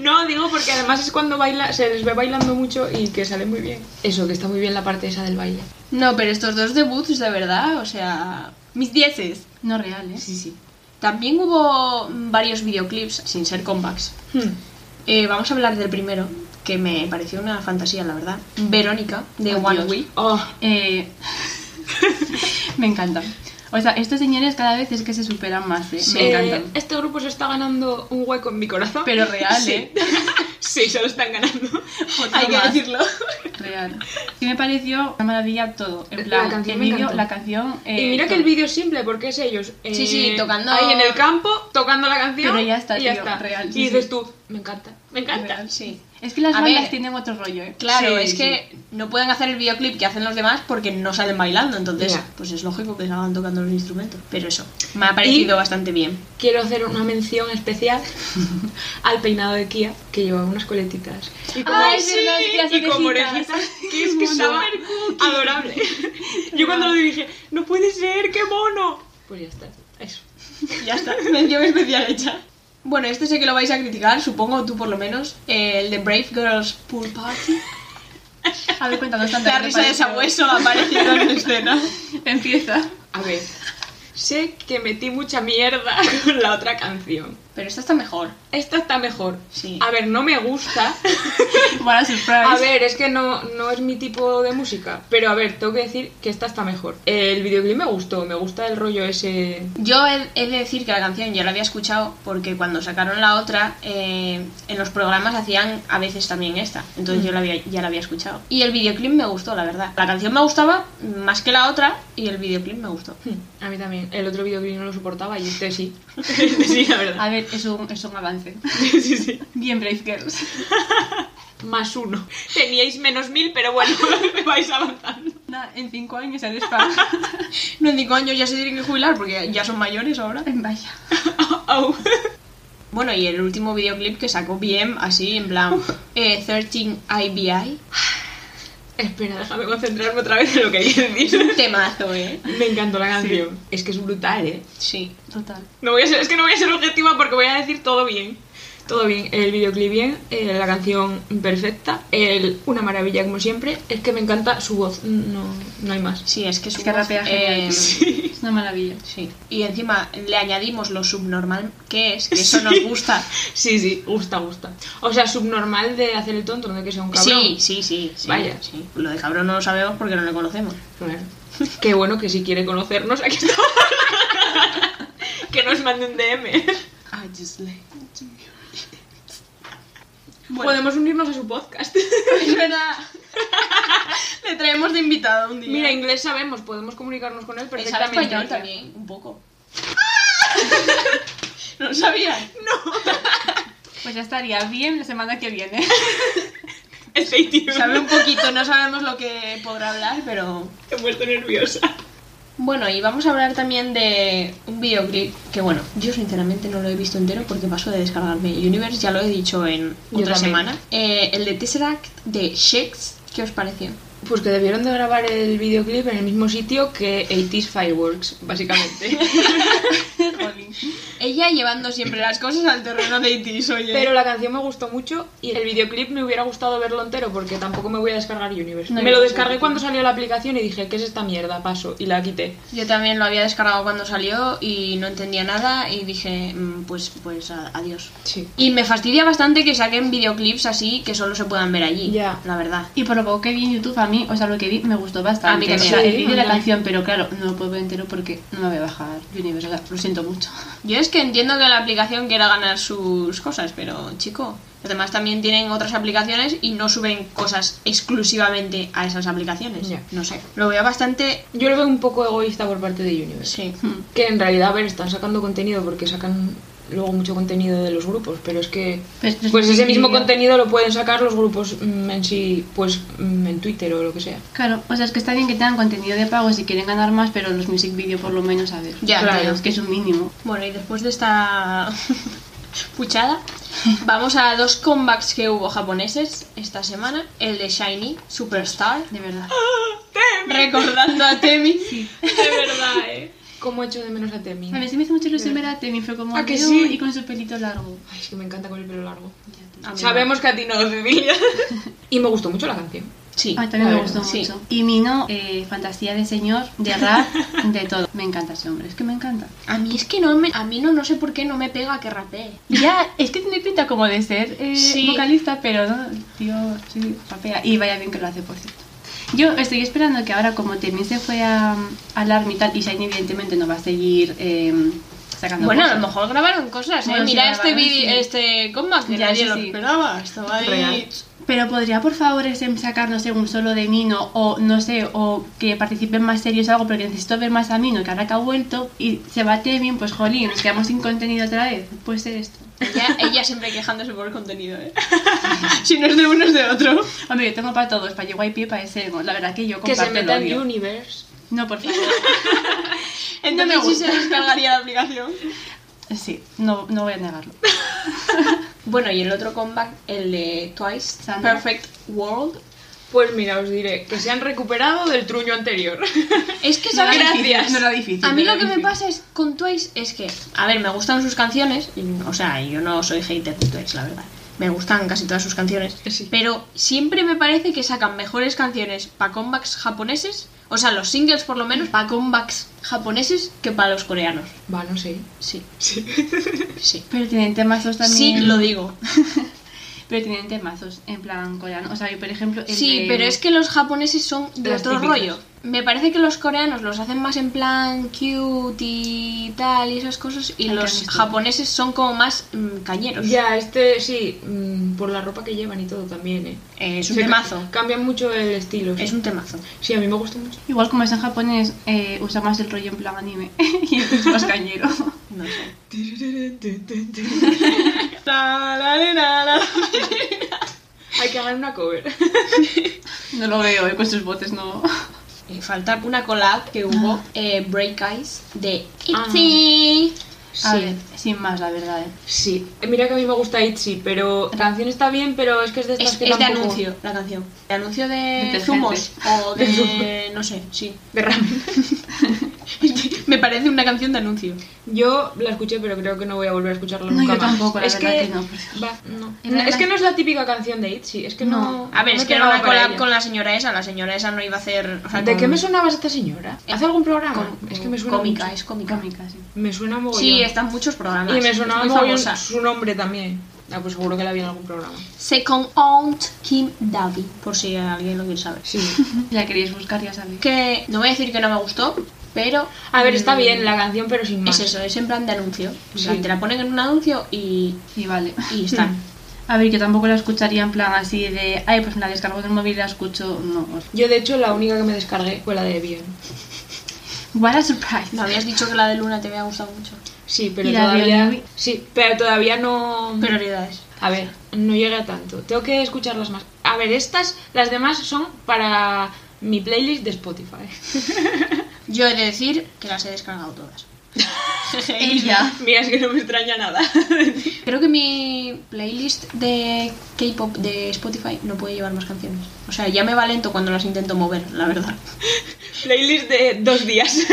[SPEAKER 4] no, digo porque además es cuando baila, se les ve bailando mucho y que sale muy bien. Eso, que está muy bien la parte esa del baile.
[SPEAKER 2] No, pero estos dos debuts, de verdad, o sea. Mis dieces.
[SPEAKER 3] No real, ¿eh?
[SPEAKER 4] sí.
[SPEAKER 2] También hubo varios videoclips, sin ser comebacks.
[SPEAKER 4] Hmm.
[SPEAKER 2] Eh, vamos a hablar del primero, que me pareció una fantasía, la verdad. Verónica, de
[SPEAKER 3] Oh,
[SPEAKER 2] One
[SPEAKER 3] Dios.
[SPEAKER 2] Week.
[SPEAKER 4] Oh,
[SPEAKER 3] Eh, *laughs* me encanta. O sea, estos señores cada vez es que se superan más, ¿eh? Me
[SPEAKER 4] eh,
[SPEAKER 3] encantan.
[SPEAKER 4] este grupo se está ganando un hueco en mi corazón.
[SPEAKER 3] Pero real,
[SPEAKER 4] Sí.
[SPEAKER 3] ¿eh?
[SPEAKER 4] sí, se lo están ganando.
[SPEAKER 3] Otro más. Real. Sí me pareció una maravilla todo. En
[SPEAKER 4] La
[SPEAKER 3] plan,
[SPEAKER 4] canción
[SPEAKER 3] el
[SPEAKER 4] me
[SPEAKER 3] vídeo,
[SPEAKER 4] encantó.
[SPEAKER 3] la canción... eh,
[SPEAKER 4] y mira que
[SPEAKER 3] todo.
[SPEAKER 4] el vídeo es simple porque es ellos. eh,
[SPEAKER 2] Sí, sí, tocando-
[SPEAKER 4] Ahí en el campo, tocando la canción.
[SPEAKER 3] Pero ya está,
[SPEAKER 4] y ya
[SPEAKER 3] tío,
[SPEAKER 4] está.
[SPEAKER 3] real,
[SPEAKER 4] y
[SPEAKER 3] sí,
[SPEAKER 4] dices
[SPEAKER 3] sí.
[SPEAKER 4] tú, me encanta, me encanta.
[SPEAKER 3] Real.
[SPEAKER 2] Sí.
[SPEAKER 3] Es que las
[SPEAKER 2] A
[SPEAKER 3] bandas
[SPEAKER 2] ver.
[SPEAKER 3] tienen otro rollo, ¿eh?
[SPEAKER 2] Claro,
[SPEAKER 4] Sí,
[SPEAKER 2] es que no pueden hacer el videoclip que hacen los demás porque no salen bailando, entonces
[SPEAKER 4] Ya.
[SPEAKER 2] pues es lógico que salgan tocando los instrumentos. Pero eso, me ha parecido
[SPEAKER 4] Y-
[SPEAKER 2] bastante bien. *laughs*
[SPEAKER 4] Quiero hacer una mención
[SPEAKER 3] *laughs*
[SPEAKER 4] especial al peinado de Kia, que llevaba unas coletitas. Y como,
[SPEAKER 3] Ay, sí, las
[SPEAKER 4] y como
[SPEAKER 3] orejitas.
[SPEAKER 4] orejitas, que
[SPEAKER 3] Qué
[SPEAKER 4] es que
[SPEAKER 3] mono.
[SPEAKER 4] estaba
[SPEAKER 3] *laughs*
[SPEAKER 4] adorable. Yo cuando lo vi dije, no puede ser, qué mono. Pues ya está, eso.
[SPEAKER 2] Ya está, mención especial hecha. Bueno, este sé que lo vais a criticar, supongo tú por lo menos, eh, el de Brave Girls Pool Party.
[SPEAKER 3] A ver, cuéntanos tanto.
[SPEAKER 2] *laughs* La
[SPEAKER 3] ¿qué te
[SPEAKER 2] risa de
[SPEAKER 3] pareció?
[SPEAKER 2] sabueso ha
[SPEAKER 4] *laughs*
[SPEAKER 2] aparecido en escena.
[SPEAKER 3] *laughs* Empieza.
[SPEAKER 4] A
[SPEAKER 3] *laughs*
[SPEAKER 4] ver, sé que metí mucha mierda *laughs* con la otra canción.
[SPEAKER 2] Pero esta
[SPEAKER 3] *laughs*
[SPEAKER 2] está mejor.
[SPEAKER 4] Esta está mejor.
[SPEAKER 2] Sí.
[SPEAKER 4] A ver, no me gusta.
[SPEAKER 3] Buena surprise.
[SPEAKER 4] A ver, es que no, no es mi tipo de música. Pero a ver, tengo que decir que esta está mejor. El videoclip me gustó, me gusta el rollo ese
[SPEAKER 2] Yo he, he de decir que la canción yo la había escuchado porque cuando sacaron la otra, eh, en los programas hacían a veces también esta. Entonces
[SPEAKER 3] Mm.
[SPEAKER 2] yo la había, ya la había escuchado. Y el videoclip me gustó, la verdad. La canción me gustaba más que la otra y el videoclip me gustó.
[SPEAKER 4] Hmm, A mí también. El otro videoclip no lo soportaba y este *laughs* sí. Este sí, la verdad.
[SPEAKER 3] A ver, es un, es un avance. *laughs*
[SPEAKER 4] Sí, sí, sí.
[SPEAKER 3] Bien, Brave Girls. *laughs*
[SPEAKER 4] Más uno. Teníais menos mil, pero bueno, *laughs* vais avanzando.
[SPEAKER 3] Nada, en cinco años eres fan.
[SPEAKER 2] No, en cinco años ya se tienen que jubilar porque ya son mayores ahora.
[SPEAKER 3] Vaya.
[SPEAKER 4] Au.
[SPEAKER 2] Bueno, y el último videoclip que sacó bien, así,
[SPEAKER 3] *laughs*
[SPEAKER 2] en plan eh, 13 IBI.
[SPEAKER 4] Espera, déjame concentrarme otra vez en lo que hay que
[SPEAKER 2] Es un
[SPEAKER 4] decir.
[SPEAKER 2] temazo, ¿eh?
[SPEAKER 4] Me encantó la canción. Es que es brutal, ¿eh?
[SPEAKER 2] Sí.
[SPEAKER 3] Total.
[SPEAKER 4] No voy a ser- es que no voy a ser objetiva porque voy a decir todo bien. Todo bien, el videoclip bien, eh, la canción perfecta, el, una maravilla como siempre. Es que me encanta su voz, no, no hay más.
[SPEAKER 2] Sí, es que su
[SPEAKER 3] que
[SPEAKER 2] voz,
[SPEAKER 3] rapea genial,
[SPEAKER 2] eh,
[SPEAKER 3] tío. Es una maravilla.
[SPEAKER 2] sí. Y encima le añadimos lo subnormal que es, que eso nos gusta.
[SPEAKER 4] Sí, sí, gusta, gusta. O sea, subnormal de hacer el tonto, no de que sea un cabrón.
[SPEAKER 2] Sí, sí, sí, sí,
[SPEAKER 4] Vaya.
[SPEAKER 2] sí. Lo de cabrón no lo sabemos porque no le conocemos.
[SPEAKER 4] Claro. Qué bueno que si quiere conocernos, aquí estamos. *laughs* que nos mande un DM. Podemos unirnos a su podcast.
[SPEAKER 2] Es verdad. *laughs* le traemos de invitado un día.
[SPEAKER 4] Mira, inglés sabemos, podemos comunicarnos con él
[SPEAKER 2] ¿Sabe
[SPEAKER 4] perfectamente.
[SPEAKER 2] español también? Un poco. *laughs* no lo sabía.
[SPEAKER 3] Pues ya estaría bien la semana que viene.
[SPEAKER 4] Efectivamente.
[SPEAKER 2] Sabe un poquito, no sabemos lo que podrá hablar, pero...
[SPEAKER 4] Te he puesto nerviosa.
[SPEAKER 2] Bueno, y vamos a hablar también de un videoclip que, bueno, yo sinceramente no lo he visto entero porque paso de descargarme Universe, ya lo he dicho en
[SPEAKER 4] Yo
[SPEAKER 2] otra
[SPEAKER 4] también.
[SPEAKER 2] semana. Eh, el de Tesseract de Shakes, ¿qué os pareció?
[SPEAKER 4] Pues que debieron de grabar el videoclip en el mismo sitio que 80 Fireworks, básicamente.
[SPEAKER 2] Ella llevando siempre las cosas al terreno de Itis, oye.
[SPEAKER 4] Pero la canción me gustó mucho y el videoclip me hubiera gustado verlo entero porque tampoco me voy a descargar Universe.
[SPEAKER 3] No,
[SPEAKER 4] me
[SPEAKER 3] yo
[SPEAKER 4] lo
[SPEAKER 3] tampoco.
[SPEAKER 4] descargué cuando salió la aplicación y dije, ¿qué es esta mierda? Paso. Y la quité.
[SPEAKER 2] Yo también lo había descargado cuando salió y no entendía nada y dije, "Mm, pues, pues a- adiós.
[SPEAKER 4] Sí.
[SPEAKER 2] Y me fastidia bastante que saquen videoclips así que solo se puedan ver allí,
[SPEAKER 4] Ya.
[SPEAKER 2] la verdad.
[SPEAKER 3] Y por lo poco que vi en YouTube, a mí, o sea, lo que vi me gustó bastante.
[SPEAKER 2] A mí también.
[SPEAKER 3] O sea, el
[SPEAKER 4] Sí,
[SPEAKER 3] vídeo de la
[SPEAKER 4] ajá.
[SPEAKER 3] canción, pero claro, no lo puedo ver entero porque no me voy a bajar Universal. lo siento mucho. *laughs*
[SPEAKER 2] Yo es que entiendo que la aplicación quiera ganar sus cosas, pero chico, los demás también tienen otras aplicaciones y no suben cosas exclusivamente a esas aplicaciones.
[SPEAKER 4] Ya.
[SPEAKER 2] No sé. Lo veo bastante...
[SPEAKER 4] Yo lo veo un poco egoísta por parte de Universe.
[SPEAKER 2] Sí.
[SPEAKER 4] Que en realidad, a ver, están sacando contenido porque sacan luego mucho contenido de los grupos, pero es que
[SPEAKER 3] Pues,
[SPEAKER 4] pues,
[SPEAKER 3] pues,
[SPEAKER 4] ese mismo
[SPEAKER 3] vídeo.
[SPEAKER 4] contenido lo pueden sacar los grupos mm, en sí, pues mm, en Twitter o lo que sea.
[SPEAKER 3] Claro, o sea, es que está bien que tengan contenido de pago si quieren ganar más, pero los music video por lo menos, a ver.
[SPEAKER 2] Ya,
[SPEAKER 4] Claro.
[SPEAKER 2] tío.
[SPEAKER 3] Es que es un mínimo.
[SPEAKER 2] Bueno, y después de esta *laughs* puchada, vamos a dos comebacks que hubo japoneses esta semana. El de Shiny, Superstar,
[SPEAKER 3] De verdad.
[SPEAKER 2] recordando a Temi.
[SPEAKER 4] De verdad, ¿eh? ¿Cómo echo de menos a Temi?
[SPEAKER 3] A mí sí me hizo mucha ilusión ver a Temi, fue como
[SPEAKER 4] ¿A que
[SPEAKER 3] "Leo",
[SPEAKER 4] sí?
[SPEAKER 3] y con su pelito largo.
[SPEAKER 4] Ay, es que me encanta con el pelo largo.
[SPEAKER 2] A mí no.
[SPEAKER 4] Sabemos que a ti no, Cecilia. *laughs* y me gustó mucho la canción.
[SPEAKER 2] Sí.
[SPEAKER 3] A mí también me
[SPEAKER 4] Claro,
[SPEAKER 3] gustó
[SPEAKER 2] sí.
[SPEAKER 3] mucho. Y Mino, eh, fantasía de señor, de rap, de todo. Me encanta ese hombre, es que me encanta.
[SPEAKER 2] A mí es que no me, a mí no, no sé por qué no me pega que rapee.
[SPEAKER 3] Ya, es que tiene pinta como de ser eh,
[SPEAKER 2] Sí.
[SPEAKER 3] vocalista, pero no, el tío, sí, rapea. Y vaya bien que lo hace, por cierto. Yo estoy esperando que ahora, como Temin se fue a, a la y tal, y Shiny evidentemente no va a seguir eh, sacando
[SPEAKER 2] Bueno, a
[SPEAKER 3] cosas.
[SPEAKER 2] lo mejor grabaron cosas, ¿eh?
[SPEAKER 3] Bueno, sí,
[SPEAKER 2] Mira este,
[SPEAKER 3] grabaron,
[SPEAKER 2] vídeo-
[SPEAKER 3] sí.
[SPEAKER 2] este comeback que
[SPEAKER 3] Ya,
[SPEAKER 2] nadie
[SPEAKER 3] sí,
[SPEAKER 2] lo
[SPEAKER 3] sí.
[SPEAKER 2] esperaba. Estaba ahí...
[SPEAKER 4] Real.
[SPEAKER 3] Pero podría, por favor, ese- sacar, no sé, un solo de Mino, o no sé, o que participen más serios o algo, porque necesito ver más a Mino, que ahora que ha vuelto, y se va Temin, pues jolín, nos quedamos sin contenido otra vez. Puede ser esto.
[SPEAKER 2] Ella, ella siempre quejándose por el contenido, ¿eh? *laughs* si no es de uno, es de otro.
[SPEAKER 3] Hombre, yo tengo para todos, para JYP, para ese, la verdad que yo
[SPEAKER 4] Que
[SPEAKER 3] comparto
[SPEAKER 4] se meta
[SPEAKER 3] el
[SPEAKER 4] en
[SPEAKER 3] odio.
[SPEAKER 4] Universe.
[SPEAKER 3] No, por favor.
[SPEAKER 2] Entonces
[SPEAKER 3] No me
[SPEAKER 2] sí se descargaría la aplicación.
[SPEAKER 3] Sí, no, no voy a negarlo.
[SPEAKER 2] Bueno, y el otro comeback, el de Twice,
[SPEAKER 3] Sandra.
[SPEAKER 2] Perfect World.
[SPEAKER 4] Pues mira, os diré que se han recuperado del truño anterior.
[SPEAKER 2] Es que,
[SPEAKER 3] No
[SPEAKER 2] ¿sabes?
[SPEAKER 3] era difícil, no era difícil.
[SPEAKER 2] A mí lo que me
[SPEAKER 3] difícil.
[SPEAKER 2] pasa es con Twice es que, a ver, me gustan sus canciones, y, o sea, yo no soy hater de Twice, la verdad. Me gustan casi todas sus canciones,
[SPEAKER 4] Sí.
[SPEAKER 2] pero siempre me parece que sacan mejores canciones para comebacks japoneses, o sea, los singles por lo menos, para comebacks japoneses que para los coreanos.
[SPEAKER 4] *laughs* Va, no sé.
[SPEAKER 2] Sí,
[SPEAKER 4] Sí.
[SPEAKER 2] sí.
[SPEAKER 3] Pero tienen temazos
[SPEAKER 2] Sí,
[SPEAKER 3] también.
[SPEAKER 2] lo digo.
[SPEAKER 3] Pero tienen temazos, en plan coreano. O sea, yo, por ejemplo. el
[SPEAKER 2] Sí,
[SPEAKER 3] de-
[SPEAKER 2] pero es que los japoneses son de
[SPEAKER 4] Las
[SPEAKER 2] otro
[SPEAKER 4] típicas.
[SPEAKER 2] rollo. Me parece que los coreanos los hacen más en plan cute y tal y esas cosas, y
[SPEAKER 3] Ay,
[SPEAKER 2] los
[SPEAKER 3] Carlos, tú.
[SPEAKER 2] japoneses son como más mm, cañeros.
[SPEAKER 4] Ya, este sí, mm, por la ropa que llevan y todo también, ¿eh?
[SPEAKER 2] Eh, es
[SPEAKER 4] Se
[SPEAKER 2] un
[SPEAKER 4] ca-
[SPEAKER 2] temazo.
[SPEAKER 4] Cambian mucho el estilo. sí.
[SPEAKER 2] Es un temazo.
[SPEAKER 4] Sí, a mí me gusta *laughs* mucho.
[SPEAKER 3] Igual como es en japonés, eh, usa más el rollo en plan anime. *laughs* y es más cañero.
[SPEAKER 2] No sé.
[SPEAKER 4] Hay que hacer una cover.
[SPEAKER 3] No lo veo, eh, con sus botes no.
[SPEAKER 2] Eh, falta una collab que hubo, eh, Break Eyes, de E
[SPEAKER 4] Ah.
[SPEAKER 2] ITZY.
[SPEAKER 3] A
[SPEAKER 4] Sí.
[SPEAKER 3] ver, sin más, la verdad. eh.
[SPEAKER 4] Sí, mira que a mí me gusta Itzy, pero la canción está bien, pero es este que es de estas
[SPEAKER 2] Es,
[SPEAKER 4] que
[SPEAKER 2] es de
[SPEAKER 4] tampoco-
[SPEAKER 2] anuncio, la canción. De anuncio de
[SPEAKER 3] Detergentes.
[SPEAKER 2] zumos o
[SPEAKER 4] De
[SPEAKER 2] de... no sé, sí. *laughs*
[SPEAKER 4] De ramen.
[SPEAKER 2] Es que Me parece una canción de anuncio.
[SPEAKER 4] Yo la escuché, pero creo que no voy a volver a escucharla
[SPEAKER 3] No,
[SPEAKER 4] nunca
[SPEAKER 3] yo
[SPEAKER 4] más.
[SPEAKER 3] tampoco, la
[SPEAKER 4] es
[SPEAKER 3] verdad
[SPEAKER 4] que,
[SPEAKER 3] que no.
[SPEAKER 4] va, no.
[SPEAKER 3] En verdad-
[SPEAKER 4] Es que no es la típica canción de Itzy, es que no...
[SPEAKER 3] No.
[SPEAKER 2] A ver,
[SPEAKER 4] no
[SPEAKER 2] es que
[SPEAKER 4] me
[SPEAKER 2] era
[SPEAKER 4] pegaba
[SPEAKER 2] una
[SPEAKER 4] para
[SPEAKER 2] collab
[SPEAKER 4] ella.
[SPEAKER 2] con la señora esa. La señora esa no iba a hacer. o sea,
[SPEAKER 4] ¿De
[SPEAKER 2] con-
[SPEAKER 4] qué me sonaba esta señora? ¿Hace algún programa?
[SPEAKER 2] con-
[SPEAKER 4] es que me suena
[SPEAKER 2] cómica,
[SPEAKER 4] mucho.
[SPEAKER 2] es cómica.
[SPEAKER 3] Cómica, sí.
[SPEAKER 4] Me suena mogollón.
[SPEAKER 2] Sí, está en muchos programas.
[SPEAKER 4] Y me
[SPEAKER 2] es
[SPEAKER 4] sonaba
[SPEAKER 2] muy
[SPEAKER 4] mogollón
[SPEAKER 2] famosa.
[SPEAKER 4] su nombre también. Ah, pues seguro que la vi en algún programa.
[SPEAKER 2] Second Aunt Kim Davi, por si alguien lo quiere saber.
[SPEAKER 4] Sí.
[SPEAKER 3] Si la queréis buscar, ya sabéis.
[SPEAKER 2] Que no voy a decir que no me gustó, pero
[SPEAKER 4] *laughs* A ver, está bien la canción, pero sin más.
[SPEAKER 2] Mm. es eso, es en plan de anuncio. En
[SPEAKER 4] Sí. Mm.
[SPEAKER 2] plan, te la ponen en un anuncio y,
[SPEAKER 3] Y vale.
[SPEAKER 2] y está.
[SPEAKER 3] A ver, yo tampoco la escucharía en plan así de, ay, pues me la descargo del móvil y la escucho. No.
[SPEAKER 4] Yo, de hecho, la única que me descargué fue la de Bien.
[SPEAKER 3] What a surprise.
[SPEAKER 2] Me habías dicho que la de Luna te había gustado mucho.
[SPEAKER 4] Sí, pero
[SPEAKER 3] ¿Y la de
[SPEAKER 4] todavía...
[SPEAKER 3] Olivia?
[SPEAKER 4] Sí, pero todavía no...
[SPEAKER 2] Prioridades.
[SPEAKER 4] A ver, no llegué a tanto. Tengo que escucharlas más. A ver, estas, las demás son para mi playlist de Spotify. *laughs*
[SPEAKER 2] Yo he de decir que las he
[SPEAKER 4] *laughs*
[SPEAKER 2] descargado todas.
[SPEAKER 3] Ella.
[SPEAKER 4] Mira, es que no me extraña nada. *laughs*
[SPEAKER 2] Creo que mi playlist de K-pop de Spotify no puede llevar más canciones. O sea, ya me va lento cuando las intento mover, la verdad. *laughs*
[SPEAKER 4] playlist de dos días. *laughs*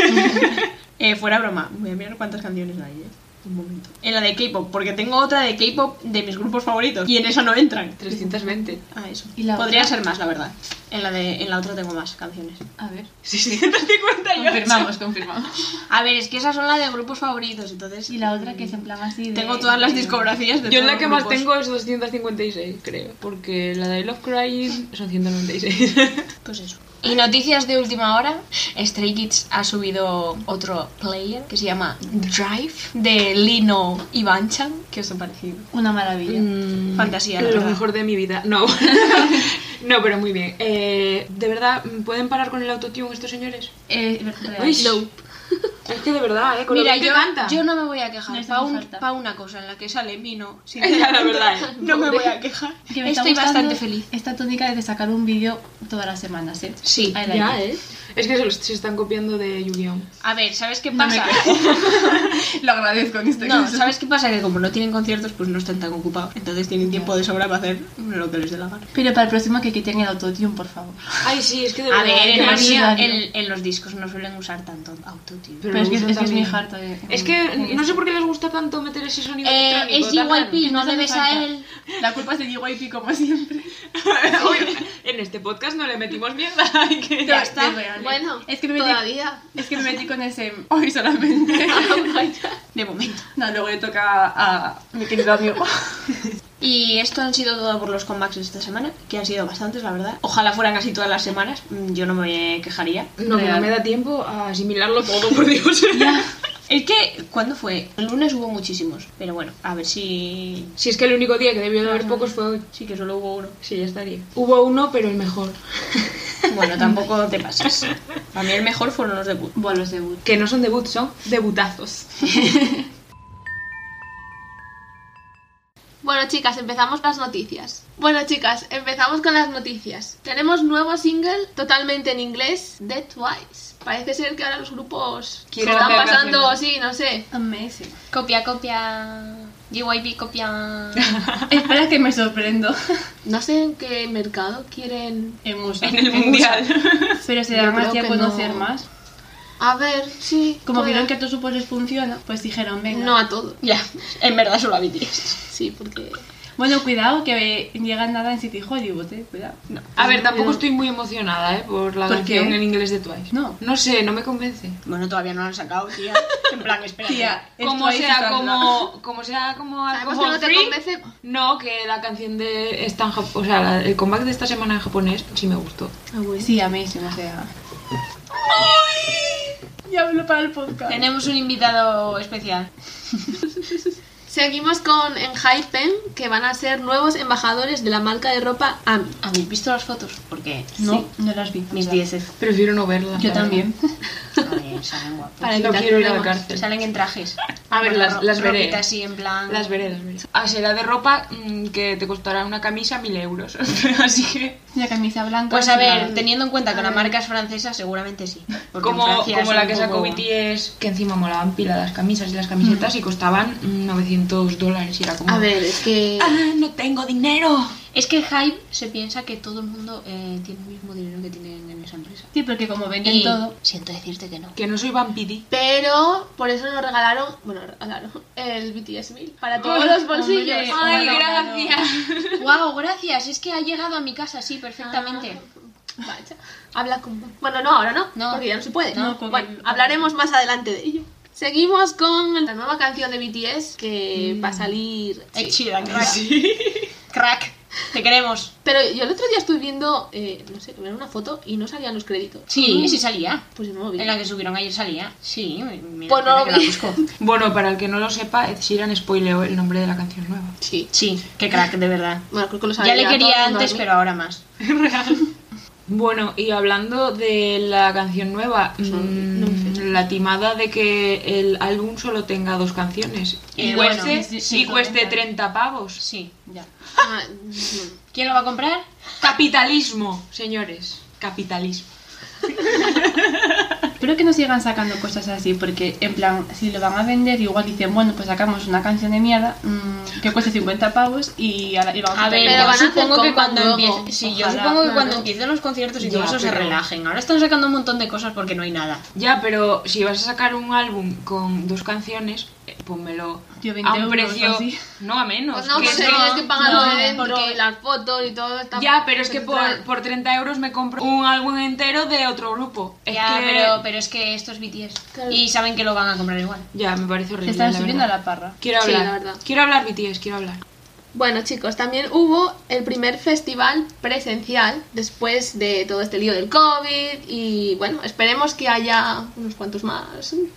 [SPEAKER 2] Eh, fuera broma, voy a mirar cuántas canciones hay, ¿eh? Un momento. En la de K-pop, porque tengo otra de K-pop de mis grupos favoritos y en esa no entran.
[SPEAKER 4] 320.
[SPEAKER 2] Ah, eso.
[SPEAKER 3] ¿Y la
[SPEAKER 2] Podría
[SPEAKER 3] otra?
[SPEAKER 2] ser más, la verdad. En la, de, en la otra tengo más canciones.
[SPEAKER 3] A ver.
[SPEAKER 4] 658.
[SPEAKER 3] Confirmamos, confirmamos.
[SPEAKER 2] A ver, es que esas son las de grupos favoritos, entonces.
[SPEAKER 3] Y la otra que es en plan así de...
[SPEAKER 2] Tengo todas las discografías de
[SPEAKER 4] Yo
[SPEAKER 2] todos
[SPEAKER 4] la
[SPEAKER 2] los
[SPEAKER 4] que más
[SPEAKER 2] grupos.
[SPEAKER 4] tengo es 256, creo. Porque la de I Love Crying son
[SPEAKER 2] *laughs*
[SPEAKER 4] 196.
[SPEAKER 2] Pues eso. Y noticias de última hora: Stray Kids ha subido otro player que se llama Drive de Lino y Banchan. ¿Qué os ha parecido?
[SPEAKER 3] Una maravilla.
[SPEAKER 2] Mm. Fantasía, la
[SPEAKER 4] Mm, Lo
[SPEAKER 2] verdad.
[SPEAKER 4] mejor de mi vida. No. *laughs* no, pero muy bien. Eh, de verdad, ¿pueden parar con el autotune estos señores?
[SPEAKER 3] Eh, verdad.
[SPEAKER 4] Uy, Es que de verdad, ¿eh? Con
[SPEAKER 2] Mira,
[SPEAKER 4] lo bien
[SPEAKER 2] yo,
[SPEAKER 4] que canta.
[SPEAKER 2] yo no me voy a
[SPEAKER 3] No
[SPEAKER 2] quejar.
[SPEAKER 3] hace
[SPEAKER 2] Para
[SPEAKER 3] falta.
[SPEAKER 2] una cosa en la que sale Mino,
[SPEAKER 4] Ya, *laughs* la verdad, ¿eh?
[SPEAKER 2] no me voy a quejar.
[SPEAKER 3] Que me está
[SPEAKER 2] Estoy
[SPEAKER 3] gustando
[SPEAKER 2] bastante feliz.
[SPEAKER 3] Esta tónica de sacar un vídeo todas las semanas, ¿eh?
[SPEAKER 2] Sí,
[SPEAKER 3] I like
[SPEAKER 4] Ya,
[SPEAKER 3] it.
[SPEAKER 4] ¿eh? Es que se, los- se están copiando de Yu-Gi-Oh!
[SPEAKER 2] A ver, ¿sabes qué
[SPEAKER 3] No me
[SPEAKER 2] pasa? *laughs*
[SPEAKER 3] Lo agradezco en este
[SPEAKER 2] No,
[SPEAKER 3] caso.
[SPEAKER 2] ¿sabes qué pasa? Que como no tienen conciertos, pues no están tan ocupados. Entonces tienen tiempo de sobra para hacer lo que les dé la gana.
[SPEAKER 3] Pero para el próximo que quiten el autotune, por favor.
[SPEAKER 4] Ay, sí, es que de
[SPEAKER 2] A
[SPEAKER 4] verdad.
[SPEAKER 2] ver,
[SPEAKER 4] ¿eh?
[SPEAKER 2] en,
[SPEAKER 3] qué
[SPEAKER 2] la mía,
[SPEAKER 3] necesario.
[SPEAKER 2] en, en los discos no suelen usar tanto autotune.
[SPEAKER 4] Pero
[SPEAKER 3] Pero es que,
[SPEAKER 4] lo
[SPEAKER 3] es,
[SPEAKER 4] usan
[SPEAKER 3] que es muy
[SPEAKER 4] también.
[SPEAKER 3] harta de...
[SPEAKER 4] Es que no sé por qué les gusta tanto meter ese sonido
[SPEAKER 3] Eh,
[SPEAKER 4] electrónico.
[SPEAKER 2] es
[SPEAKER 4] tan raro.
[SPEAKER 3] *laughs*
[SPEAKER 2] DYP, no
[SPEAKER 3] hace
[SPEAKER 2] le ves
[SPEAKER 3] falta.
[SPEAKER 2] a él.
[SPEAKER 3] La culpa es de JYP, como siempre.
[SPEAKER 4] *laughs* Oye, en este podcast no le metimos mierda. *laughs* hay que-
[SPEAKER 2] Ya está.
[SPEAKER 3] Real, ¿eh?
[SPEAKER 5] Bueno,
[SPEAKER 3] es que me metí,
[SPEAKER 5] todavía.
[SPEAKER 3] Es que me metí con ese hoy
[SPEAKER 2] *laughs*
[SPEAKER 3] solamente.
[SPEAKER 2] Ah, De momento.
[SPEAKER 3] No, luego le toca a mi querido amigo.
[SPEAKER 2] Y esto han sido todo por los comebacks de esta semana, que han sido bastantes, la verdad. Ojalá fueran casi todas las semanas, mm, yo no me quejaría.
[SPEAKER 4] No, que no
[SPEAKER 3] Real.
[SPEAKER 4] me da tiempo a asimilarlo todo, por
[SPEAKER 3] *laughs*
[SPEAKER 4] Dios.
[SPEAKER 2] Es que, ¿cuándo fue? El lunes hubo muchísimos, pero bueno, a ver si...
[SPEAKER 4] *laughs* Si es que el único día que debió de haber pocos fue hoy.
[SPEAKER 2] Sí, que solo hubo uno.
[SPEAKER 4] Sí, ya estaría. Hubo uno, pero el mejor. *laughs*
[SPEAKER 2] Bueno, tampoco te pases. A mí el mejor fueron los de Put.
[SPEAKER 3] Bueno, los debut.
[SPEAKER 4] Que no son debut, son debutazos.
[SPEAKER 5] Bueno, chicas, empezamos las noticias. Bueno, chicas, empezamos con las noticias. Tenemos nuevo single totalmente en inglés de Twice. Parece ser que ahora los grupos se
[SPEAKER 4] Quieren
[SPEAKER 5] están
[SPEAKER 4] hacer
[SPEAKER 5] pasando así, no sé.
[SPEAKER 3] Amazing.
[SPEAKER 2] Copia, copia. GYP, copia.
[SPEAKER 3] Espera que me sorprendo.
[SPEAKER 4] *laughs*
[SPEAKER 5] *laughs* No sé en qué mercado quieren.
[SPEAKER 3] En Musa.
[SPEAKER 4] En el mundial.
[SPEAKER 3] Pero se
[SPEAKER 5] Yo
[SPEAKER 3] dan
[SPEAKER 5] creo
[SPEAKER 3] así a
[SPEAKER 5] que
[SPEAKER 3] conocer
[SPEAKER 5] no.
[SPEAKER 3] más.
[SPEAKER 5] A ver, sí.
[SPEAKER 3] Como
[SPEAKER 5] puede.
[SPEAKER 3] vieron que a todos supos les funciona, pues dijeron, venga.
[SPEAKER 5] No a todo.
[SPEAKER 2] Ya, en verdad solo a BTS.
[SPEAKER 5] Sí, porque.
[SPEAKER 3] Bueno, cuidado que llegan nada en City Hollywood, eh. Cuidado.
[SPEAKER 4] A ver, tampoco estoy muy emocionada, ¿eh? Por la
[SPEAKER 3] ¿Por
[SPEAKER 4] canción
[SPEAKER 3] qué?
[SPEAKER 4] en inglés de Twice.
[SPEAKER 3] No.
[SPEAKER 4] No sé, no me convence.
[SPEAKER 2] Bueno, todavía no lo han sacado, tía. En plan, espera.
[SPEAKER 3] Tía, esto
[SPEAKER 4] Como
[SPEAKER 3] ahí se
[SPEAKER 4] sea,
[SPEAKER 3] está
[SPEAKER 4] como, como sea,
[SPEAKER 2] Ah,
[SPEAKER 4] como
[SPEAKER 5] Sabemos que Ah, pues no
[SPEAKER 4] alcohol
[SPEAKER 5] te
[SPEAKER 4] free.
[SPEAKER 5] convence.
[SPEAKER 4] No, que la canción de esta en jap- o sea, la- el comeback de esta semana en japonés sí me gustó.
[SPEAKER 3] Sí, amazing, o sea. Ya hablo para el podcast.
[SPEAKER 2] Tenemos un invitado especial.
[SPEAKER 5] Seguimos con Enhypen, que van a ser nuevos embajadores de la marca de ropa AMI.
[SPEAKER 2] Ah, ¿Habéis visto las fotos? Porque
[SPEAKER 3] No, no las vi.
[SPEAKER 2] mis 10
[SPEAKER 4] Prefiero no verla.
[SPEAKER 3] Yo
[SPEAKER 5] *laughs*
[SPEAKER 3] también.
[SPEAKER 2] salen guapos.
[SPEAKER 5] Para
[SPEAKER 4] No
[SPEAKER 5] evitar
[SPEAKER 4] quiero ir a la
[SPEAKER 5] problemas.
[SPEAKER 4] cárcel.
[SPEAKER 2] Salen en trajes.
[SPEAKER 4] A ver,
[SPEAKER 2] Con la
[SPEAKER 4] las-
[SPEAKER 2] ro-
[SPEAKER 4] las veré.
[SPEAKER 2] ropita así en plan.
[SPEAKER 4] Las veré, las veré. Ah, será de ropa mm, que te costará una camisa mil euros. *laughs* Así que,
[SPEAKER 3] La camisa blanca.
[SPEAKER 2] Pues a
[SPEAKER 3] sin
[SPEAKER 2] ver,
[SPEAKER 3] nada.
[SPEAKER 2] teniendo en cuenta que la marca es francesa, seguramente sí. Porque en
[SPEAKER 4] como,
[SPEAKER 2] Francia
[SPEAKER 4] como
[SPEAKER 2] son
[SPEAKER 4] la
[SPEAKER 2] un
[SPEAKER 4] que sacó
[SPEAKER 2] poco-
[SPEAKER 4] BTS, que encima molaban pila las camisas y las camisetas y costaban mm, 900 dólares. Y era como,
[SPEAKER 5] A ver, es que.
[SPEAKER 4] ¡Ah, no tengo dinero!
[SPEAKER 2] Es que Hype se piensa que todo el mundo eh, tiene el mismo dinero que tienen en esa empresa.
[SPEAKER 3] Sí, porque como venden
[SPEAKER 2] Y
[SPEAKER 3] todo.
[SPEAKER 2] siento decirte que no.
[SPEAKER 4] Que no soy vampiri.
[SPEAKER 5] Pero por eso nos regalaron, bueno, nos regalaron el BTS 1000 para todos los bolsillos.
[SPEAKER 3] hombre,
[SPEAKER 5] Ay,
[SPEAKER 3] hombre.
[SPEAKER 5] gracias.
[SPEAKER 2] Wow, gracias. Es que ha llegado a mi casa, sí,
[SPEAKER 4] Ah,
[SPEAKER 2] perfectamente.
[SPEAKER 5] Vaya. Habla con... Bueno, no, ahora no,
[SPEAKER 2] No.
[SPEAKER 5] porque ya no se puede.
[SPEAKER 3] No, con-
[SPEAKER 5] bueno, hablaremos más adelante de ello. Seguimos con la nueva canción de BTS que va a salir...
[SPEAKER 2] Mm. Es Eh, chida, crack. Crack. Te queremos.
[SPEAKER 5] Pero yo el otro día estuve viendo, eh, no sé, ver una foto y no salían los créditos.
[SPEAKER 2] Sí, sí salía.
[SPEAKER 5] Pues yo no lo vi.
[SPEAKER 2] En la que subieron ayer salía. Sí, mira,
[SPEAKER 5] Pues no lo
[SPEAKER 2] espera que
[SPEAKER 5] vi.
[SPEAKER 2] la busco.
[SPEAKER 4] Bueno, para el que no lo sepa, Ed Sheeran spoileó el nombre de la canción nueva.
[SPEAKER 5] Sí.
[SPEAKER 2] Sí, qué crack, de verdad.
[SPEAKER 5] Bueno, creo que lo
[SPEAKER 2] Ya
[SPEAKER 5] sabía
[SPEAKER 2] le
[SPEAKER 5] todo
[SPEAKER 2] quería
[SPEAKER 5] el mundo
[SPEAKER 2] antes,
[SPEAKER 5] a mí.
[SPEAKER 2] pero ahora más.
[SPEAKER 4] Bueno, y hablando de la canción nueva,
[SPEAKER 5] no, no
[SPEAKER 4] mm, la timada de que el álbum solo tenga dos canciones y,
[SPEAKER 2] Eh,
[SPEAKER 4] cueste,
[SPEAKER 2] bueno,
[SPEAKER 3] sí,
[SPEAKER 4] y
[SPEAKER 3] sí,
[SPEAKER 4] cueste
[SPEAKER 3] totalmente.
[SPEAKER 4] 30 pavos.
[SPEAKER 2] Sí, ya.
[SPEAKER 5] Ah, mm.
[SPEAKER 2] ¿Quién lo va a comprar?
[SPEAKER 4] Capitalismo, señores, capitalismo.
[SPEAKER 3] Espero que no sigan sacando cosas así, porque en plan, si lo van a vender, igual dicen, bueno, pues sacamos una canción de mierda mm, que cueste 50 pavos y, ahora- y vamos
[SPEAKER 2] A ver,
[SPEAKER 5] Pero
[SPEAKER 2] yo
[SPEAKER 5] van a hacer
[SPEAKER 2] supongo que
[SPEAKER 5] compa
[SPEAKER 2] cuando
[SPEAKER 5] luego.
[SPEAKER 2] empiece- sí, yo
[SPEAKER 3] Ojalá,
[SPEAKER 2] supongo que
[SPEAKER 3] claro.
[SPEAKER 2] cuando empiecen los conciertos y
[SPEAKER 4] Ya,
[SPEAKER 2] todo eso se
[SPEAKER 4] pero-
[SPEAKER 2] relajen. Ahora están sacando un montón de cosas porque no hay nada.
[SPEAKER 4] Ya, pero si vas a sacar un álbum con dos canciones, eh, pónmelo
[SPEAKER 3] Tío, 20
[SPEAKER 4] a un
[SPEAKER 3] euros,
[SPEAKER 4] precio
[SPEAKER 3] así.
[SPEAKER 4] no a menos.
[SPEAKER 5] Pues no,
[SPEAKER 4] que
[SPEAKER 5] porque
[SPEAKER 4] no-
[SPEAKER 5] tienes que pagarlo
[SPEAKER 2] no,
[SPEAKER 5] de dentro
[SPEAKER 2] porque-
[SPEAKER 5] y las fotos y todo. está-
[SPEAKER 4] Ya, pero es que
[SPEAKER 5] entrar.
[SPEAKER 4] por, por 30 euros me compro un álbum entero de otro grupo. Es
[SPEAKER 2] ya,
[SPEAKER 4] que-
[SPEAKER 2] pero, pero es que esto es BTS.
[SPEAKER 5] Claro.
[SPEAKER 2] Y saben que lo van a comprar igual.
[SPEAKER 4] Ya, me parece
[SPEAKER 3] Se
[SPEAKER 4] horrible.
[SPEAKER 3] están
[SPEAKER 4] la
[SPEAKER 3] subiendo a
[SPEAKER 4] verdad.
[SPEAKER 3] la parra.
[SPEAKER 4] Quiero
[SPEAKER 5] Sí,
[SPEAKER 4] hablar.
[SPEAKER 5] la verdad.
[SPEAKER 4] Quiero hablar, BTS, quiero hablar.
[SPEAKER 5] Bueno, chicos, también hubo el primer festival presencial después de todo este lío del COVID y bueno, esperemos que haya unos cuantos más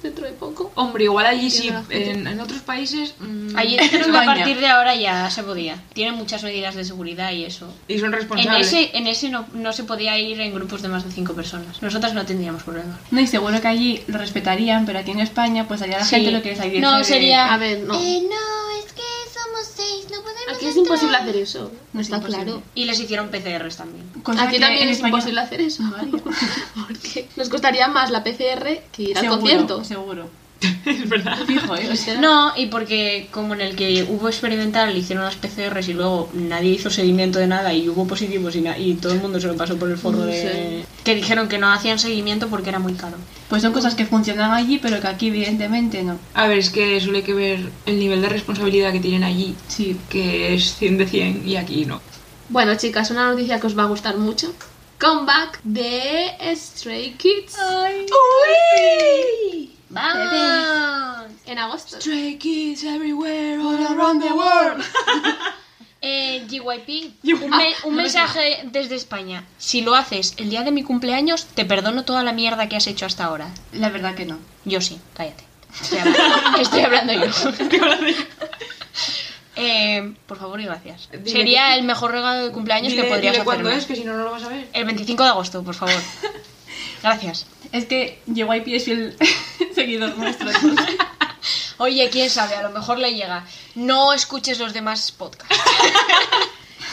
[SPEAKER 5] dentro de poco.
[SPEAKER 4] Hombre, igual allí sí.
[SPEAKER 5] Entiendo la gente.
[SPEAKER 4] En, en otros países. mm, *laughs*
[SPEAKER 2] Allí dijeron que a
[SPEAKER 4] España.
[SPEAKER 2] partir de ahora ya se podía. Tienen muchas medidas de seguridad y eso.
[SPEAKER 4] Y son
[SPEAKER 2] En
[SPEAKER 4] responsables.
[SPEAKER 2] ese, en ese no, no se podía ir en grupos de más de cinco personas. Nosotras no tendríamos problemas.
[SPEAKER 3] No, y seguro que allí lo respetarían, pero aquí en España, pues allá la
[SPEAKER 2] Sí.
[SPEAKER 3] gente lo que saliese
[SPEAKER 2] No,
[SPEAKER 3] de-
[SPEAKER 2] sería-
[SPEAKER 5] A ver, no.
[SPEAKER 6] Eh, no, es que somos seis, no podemos
[SPEAKER 5] Aquí es
[SPEAKER 6] entrar.
[SPEAKER 5] imposible hacer eso.
[SPEAKER 3] No es
[SPEAKER 5] está
[SPEAKER 3] imposible.
[SPEAKER 5] claro.
[SPEAKER 2] Y les hicieron PCRs también.
[SPEAKER 3] Cosa
[SPEAKER 5] Aquí
[SPEAKER 3] que
[SPEAKER 5] también
[SPEAKER 3] en
[SPEAKER 5] es
[SPEAKER 3] España-
[SPEAKER 5] imposible hacer eso.
[SPEAKER 3] Vaya.
[SPEAKER 5] *laughs* Porque nos costaría más la PCR que ir al
[SPEAKER 3] Seguro,
[SPEAKER 5] concierto.
[SPEAKER 3] Seguro.
[SPEAKER 4] Es verdad.
[SPEAKER 3] Fijo, ¿eh? O sea,
[SPEAKER 5] Literal.
[SPEAKER 2] No, y porque como en el que hubo experimental, le hicieron las PCRs y luego nadie hizo seguimiento de nada y hubo positivos y, na- y todo el mundo se lo pasó por el forro
[SPEAKER 5] No
[SPEAKER 2] de...
[SPEAKER 5] sé.
[SPEAKER 2] Que dijeron que no hacían seguimiento porque era muy caro.
[SPEAKER 3] pues son cosas que funcionan allí, pero que aquí evidentemente no.
[SPEAKER 4] A ver, es que solo hay que ver el nivel de responsabilidad que tienen allí,
[SPEAKER 3] Sí.
[SPEAKER 4] que es 100 de 100 y aquí no.
[SPEAKER 5] Bueno, chicas, una noticia que os va a gustar mucho. Comeback de Stray Kids
[SPEAKER 4] ¡Uy!
[SPEAKER 2] ¡Vamos!
[SPEAKER 5] en agosto.
[SPEAKER 4] Stray kids everywhere, all around the world.
[SPEAKER 2] Eh, GYP, un, me- un mensaje desde España. Si lo haces el día de mi cumpleaños, te perdono toda la mierda que has hecho hasta ahora.
[SPEAKER 3] La verdad que no.
[SPEAKER 2] Yo sí, cállate. Estoy hablando, estoy hablando yo. Eh, por favor y gracias.
[SPEAKER 4] Dile
[SPEAKER 2] Sería el mejor regalo de cumpleaños
[SPEAKER 4] Dile,
[SPEAKER 2] que podrías
[SPEAKER 4] dile cuándo
[SPEAKER 2] hacerme.
[SPEAKER 4] es, que si no, no lo vas a ver.
[SPEAKER 2] El 25 de agosto, por *laughs* favor. Gracias.
[SPEAKER 3] Es que JYP es el *laughs* seguidor nuestro.
[SPEAKER 4] *laughs*
[SPEAKER 2] Oye, quién sabe, a lo mejor le llega. No escuches los demás podcasts.